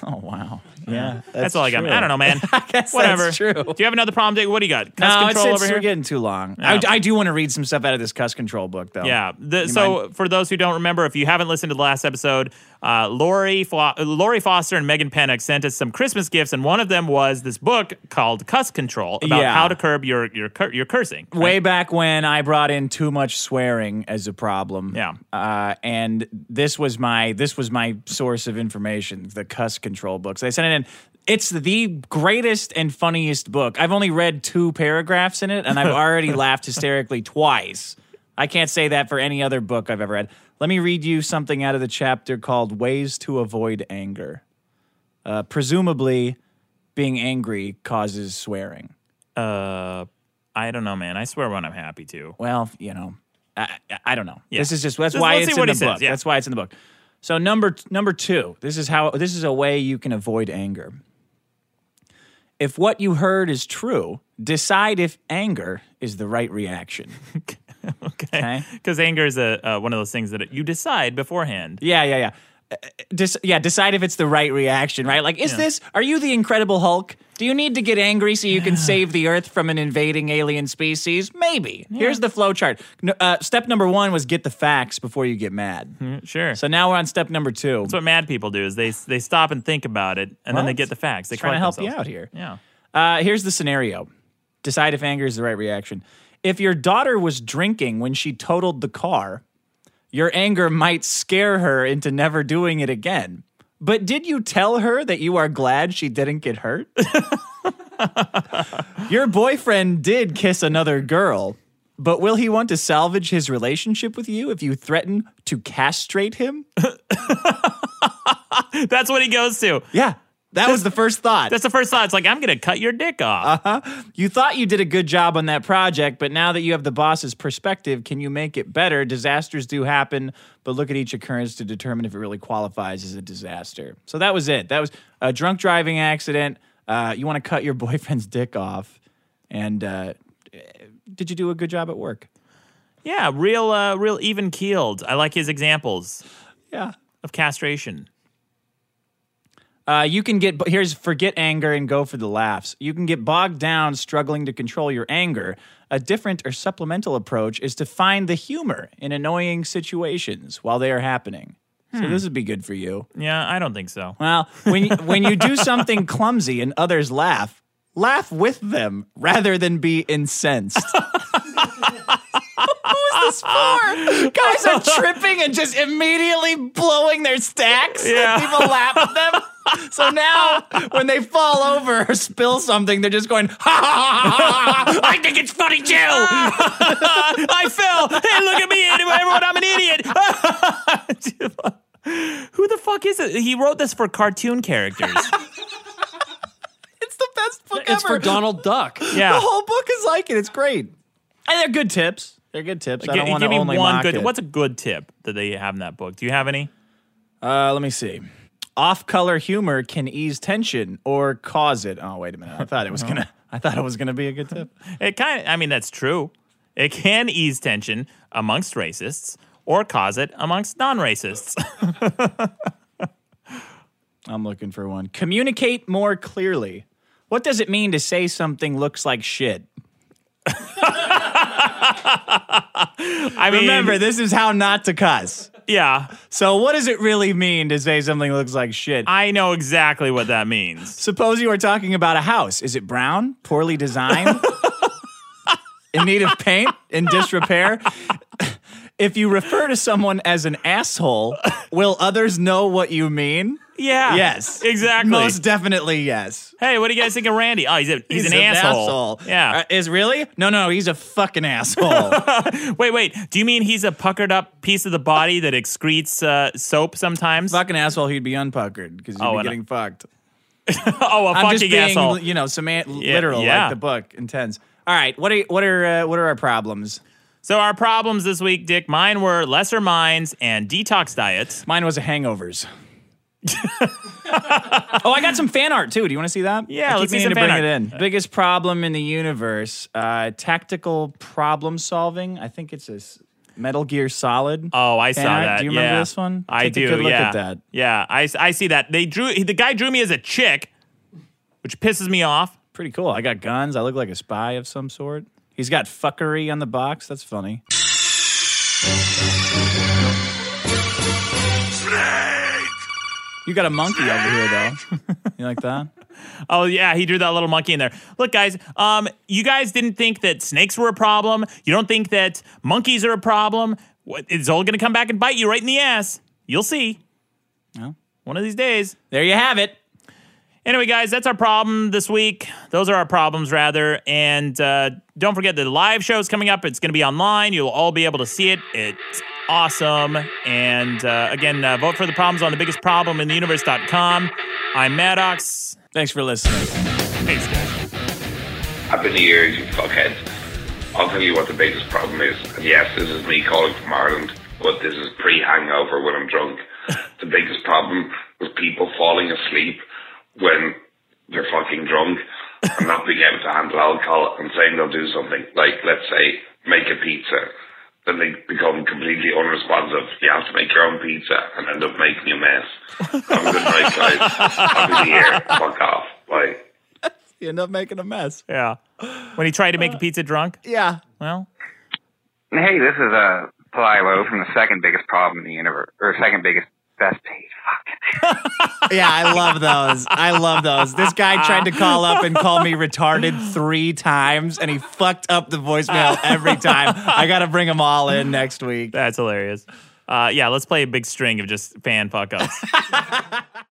Speaker 3: Oh wow, yeah, that's,
Speaker 2: That's, all I got. I don't know, man.
Speaker 3: guess
Speaker 2: Whatever.
Speaker 3: that's true.
Speaker 2: Do you have another problem, Dick? What do you got? Cuss
Speaker 3: No, it's,
Speaker 2: control
Speaker 3: it's,
Speaker 2: over
Speaker 3: we're
Speaker 2: here.
Speaker 3: getting too long. I, I do want to read some stuff out of this cuss control book, though.
Speaker 2: Yeah. The, so, for those who don't remember, if you haven't listened to the last episode, uh, Lori, Fo- Lori Foster and Megan Pennock sent us some Christmas gifts, and one of them was this book called Cuss Control about
Speaker 3: Yeah.
Speaker 2: how to curb your your cur- your cursing. right?
Speaker 3: way back when I brought in too much swearing as a problem.
Speaker 2: Yeah.
Speaker 3: uh, and this was my this was my source of information: the cuss control books. They sent it in. It's the greatest and funniest book. I've only read two paragraphs in it, and I've already laughed hysterically twice. I can't say that for any other book I've ever read. Let me read you something out of the chapter called "Ways to Avoid Anger." Uh, presumably, being angry causes swearing.
Speaker 2: I don't know, man. I swear when I'm happy to.
Speaker 3: Well, you know, I, I- I don't know. This is just that's
Speaker 2: Let's-
Speaker 3: why
Speaker 2: let's see
Speaker 3: it's
Speaker 2: what
Speaker 3: in the
Speaker 2: he says,
Speaker 3: book.
Speaker 2: yeah.
Speaker 3: That's why it's in the book. So number number two, this is how this is a way you can avoid anger. If what you heard is true, decide if anger is the right reaction.
Speaker 2: Okay.
Speaker 3: Okay.
Speaker 2: Because anger is a uh, one of those things that you decide beforehand.
Speaker 3: yeah, yeah, yeah. Uh, uh, Dis- yeah, decide if it's the right reaction, right? Like, is this? Are you the Incredible Hulk? Do you need to get angry so you can save the Earth from an invading alien species? Maybe. Here's the flow chart. No, uh, step number one was get the facts before you get mad.
Speaker 2: Hmm. Sure.
Speaker 3: So now we're on step number two.
Speaker 2: That's what mad people do is they they stop and think about it and then they
Speaker 3: What?
Speaker 2: get the facts. They
Speaker 3: Trying to help
Speaker 2: collect
Speaker 3: you out
Speaker 2: themselves.
Speaker 3: here.
Speaker 2: Yeah.
Speaker 3: Uh, here's the scenario decide if anger is the right reaction. If your daughter was drinking when she totaled the car, your anger might scare her into never doing it again. But did you tell her that you are glad she didn't get hurt? your boyfriend did kiss another girl, but will he want to salvage his relationship with you if you threaten to castrate him?
Speaker 2: That's what he goes to.
Speaker 3: Yeah, that was the first thought.
Speaker 2: That's the first thought. It's like I'm gonna cut your dick
Speaker 3: Uh-huh.
Speaker 2: off.
Speaker 3: You thought you did a good job on that project, but now that you have the boss's perspective, can you make it better? Disasters do happen, but look at each occurrence to determine if it really qualifies as a disaster. So that was it. That was a drunk driving accident. Uh, you want to cut your boyfriend's dick off. And uh, did you do a good job at work?
Speaker 2: yeah. Real uh, real even keeled. I like his examples
Speaker 3: Yeah.
Speaker 2: of castration.
Speaker 3: Uh, you can get here's forget anger and go for the laughs. You can get bogged down struggling to control your anger. A different or supplemental approach is to find the humor in annoying situations while they are happening. So this would be good for you.
Speaker 2: Yeah, I don't think so.
Speaker 3: Well, when you, when you do something clumsy and others laugh, laugh with them rather than be incensed. Who's this for? Guys are tripping and just immediately blowing their stacks.
Speaker 2: Yeah.
Speaker 3: And people laugh at them. So now, when they fall over or spill something, they're just going, ha ha ha ha.
Speaker 2: I think it's funny too. I fell. Hey, look at me, everyone. I'm an idiot. Who the fuck is it? He wrote this for cartoon characters.
Speaker 3: It's the best book
Speaker 4: it's
Speaker 3: ever.
Speaker 4: for Donald Duck.
Speaker 2: Yeah.
Speaker 3: The whole book is like it. It's great. And they're good tips. They're good tips. I
Speaker 2: Gi-
Speaker 3: don't want to
Speaker 2: give me
Speaker 3: only
Speaker 2: one
Speaker 3: mock
Speaker 2: good.
Speaker 3: it.
Speaker 2: What's a good tip that they have in that book? Do you have any?
Speaker 3: Uh, let me see. Off color humor can ease tension or cause it. Oh, wait a minute. I thought it was gonna I thought it was gonna be a good tip.
Speaker 2: It kind of. I mean, that's true. It can ease tension amongst racists or cause it amongst non-racists.
Speaker 3: I'm looking for one. Communicate more clearly. What does it mean to say something looks like shit?
Speaker 2: I mean,
Speaker 3: Remember, this is how not to cuss.
Speaker 2: yeah,
Speaker 3: So, what does it really mean to say something looks like shit?
Speaker 2: I know exactly what that means.
Speaker 3: Suppose you are talking about a house. Is it brown, poorly designed, in need of paint, in disrepair? If you refer to someone as an asshole, will others know what you mean?
Speaker 2: Yeah.
Speaker 3: Yes.
Speaker 2: Exactly.
Speaker 3: Most definitely yes.
Speaker 2: hey, what do you guys think of Randy? Oh, he's, a, he's, an, asshole. Yeah.
Speaker 3: Uh, is really? No, no, he's a fucking asshole.
Speaker 2: Wait, wait. Do you mean he's a puckered up piece of the body that excretes uh, soap sometimes?
Speaker 3: fucking asshole, he'd be unpuckered because he'd
Speaker 2: Oh,
Speaker 3: be
Speaker 2: and-
Speaker 3: getting fucked.
Speaker 2: oh, a
Speaker 3: I'm
Speaker 2: fucking
Speaker 3: just being,
Speaker 2: asshole.
Speaker 3: you know, semant- literal
Speaker 2: yeah.
Speaker 3: like the book intends. All right, what are what are uh, what are our problems?
Speaker 2: So our problems this week, Dick. Mine were lesser minds and detox diets.
Speaker 3: Mine was a hangovers. oh, I got some fan art too. Do you want to see that?
Speaker 2: Yeah,
Speaker 3: I keep
Speaker 2: let's see
Speaker 3: meaning
Speaker 2: some
Speaker 3: to bring
Speaker 2: fan
Speaker 3: it
Speaker 2: art.
Speaker 3: in. Biggest problem in the universe: uh, tactical problem solving. I think it's a s- Metal Gear Solid.
Speaker 2: Oh, I
Speaker 3: fan
Speaker 2: saw
Speaker 3: art.
Speaker 2: that.
Speaker 3: Do you remember
Speaker 2: yeah.
Speaker 3: this one?
Speaker 2: I
Speaker 3: Take
Speaker 2: do.
Speaker 3: A good look
Speaker 2: yeah.
Speaker 3: at that.
Speaker 2: Yeah, I, I see that. They drew the guy drew me as a chick, which pisses me off.
Speaker 3: Pretty cool. I got guns. I look like a spy of some sort. He's got fuckery on the box. That's funny. You got a monkey over here, though. You like that?
Speaker 2: Oh yeah, he drew that little monkey in there. Look, guys, um, you guys didn't think that snakes were a problem. You don't think that monkeys are a problem. What, it's all gonna come back and bite you right in the ass. You'll see.
Speaker 3: No.
Speaker 2: One of these days.
Speaker 3: There you have it.
Speaker 2: Anyway, guys, that's our problem this week. Those are our problems, rather. And uh, don't forget the live show's coming up. It's going to be online. You'll all be able to see it. It's awesome. And uh, again, uh, vote for the problems on the biggest problem in the universe.com. I'm Maddox.
Speaker 3: Thanks for listening.
Speaker 2: Thanks, guys.
Speaker 6: Up in the air, you fuckheads. I'll tell you what the biggest problem is. And yes, this is me calling from Ireland, but this is pre hangover when I'm drunk. the biggest problem was people falling asleep when they're fucking drunk and not being able to handle alcohol and saying they'll do something. Like, let's say, make a pizza. Then they become completely unresponsive. You have to make your own pizza and end up making a mess. Have a good night, guys. Up in the air. Fuck off. Bye.
Speaker 3: You end up making a mess.
Speaker 2: Yeah. When he tried to make a pizza drunk.
Speaker 3: Yeah.
Speaker 2: Well,
Speaker 9: Hey, this is uh, Plylo from the second biggest problem in the universe, or second biggest best page. Fuck.
Speaker 3: Yeah, I love those. I love those. This guy tried to call up and call me retarded three times, and he fucked up the voicemail every time. I got to bring them all in next week.
Speaker 2: that's hilarious. Uh, yeah, let's play a big string of just fan fuck ups.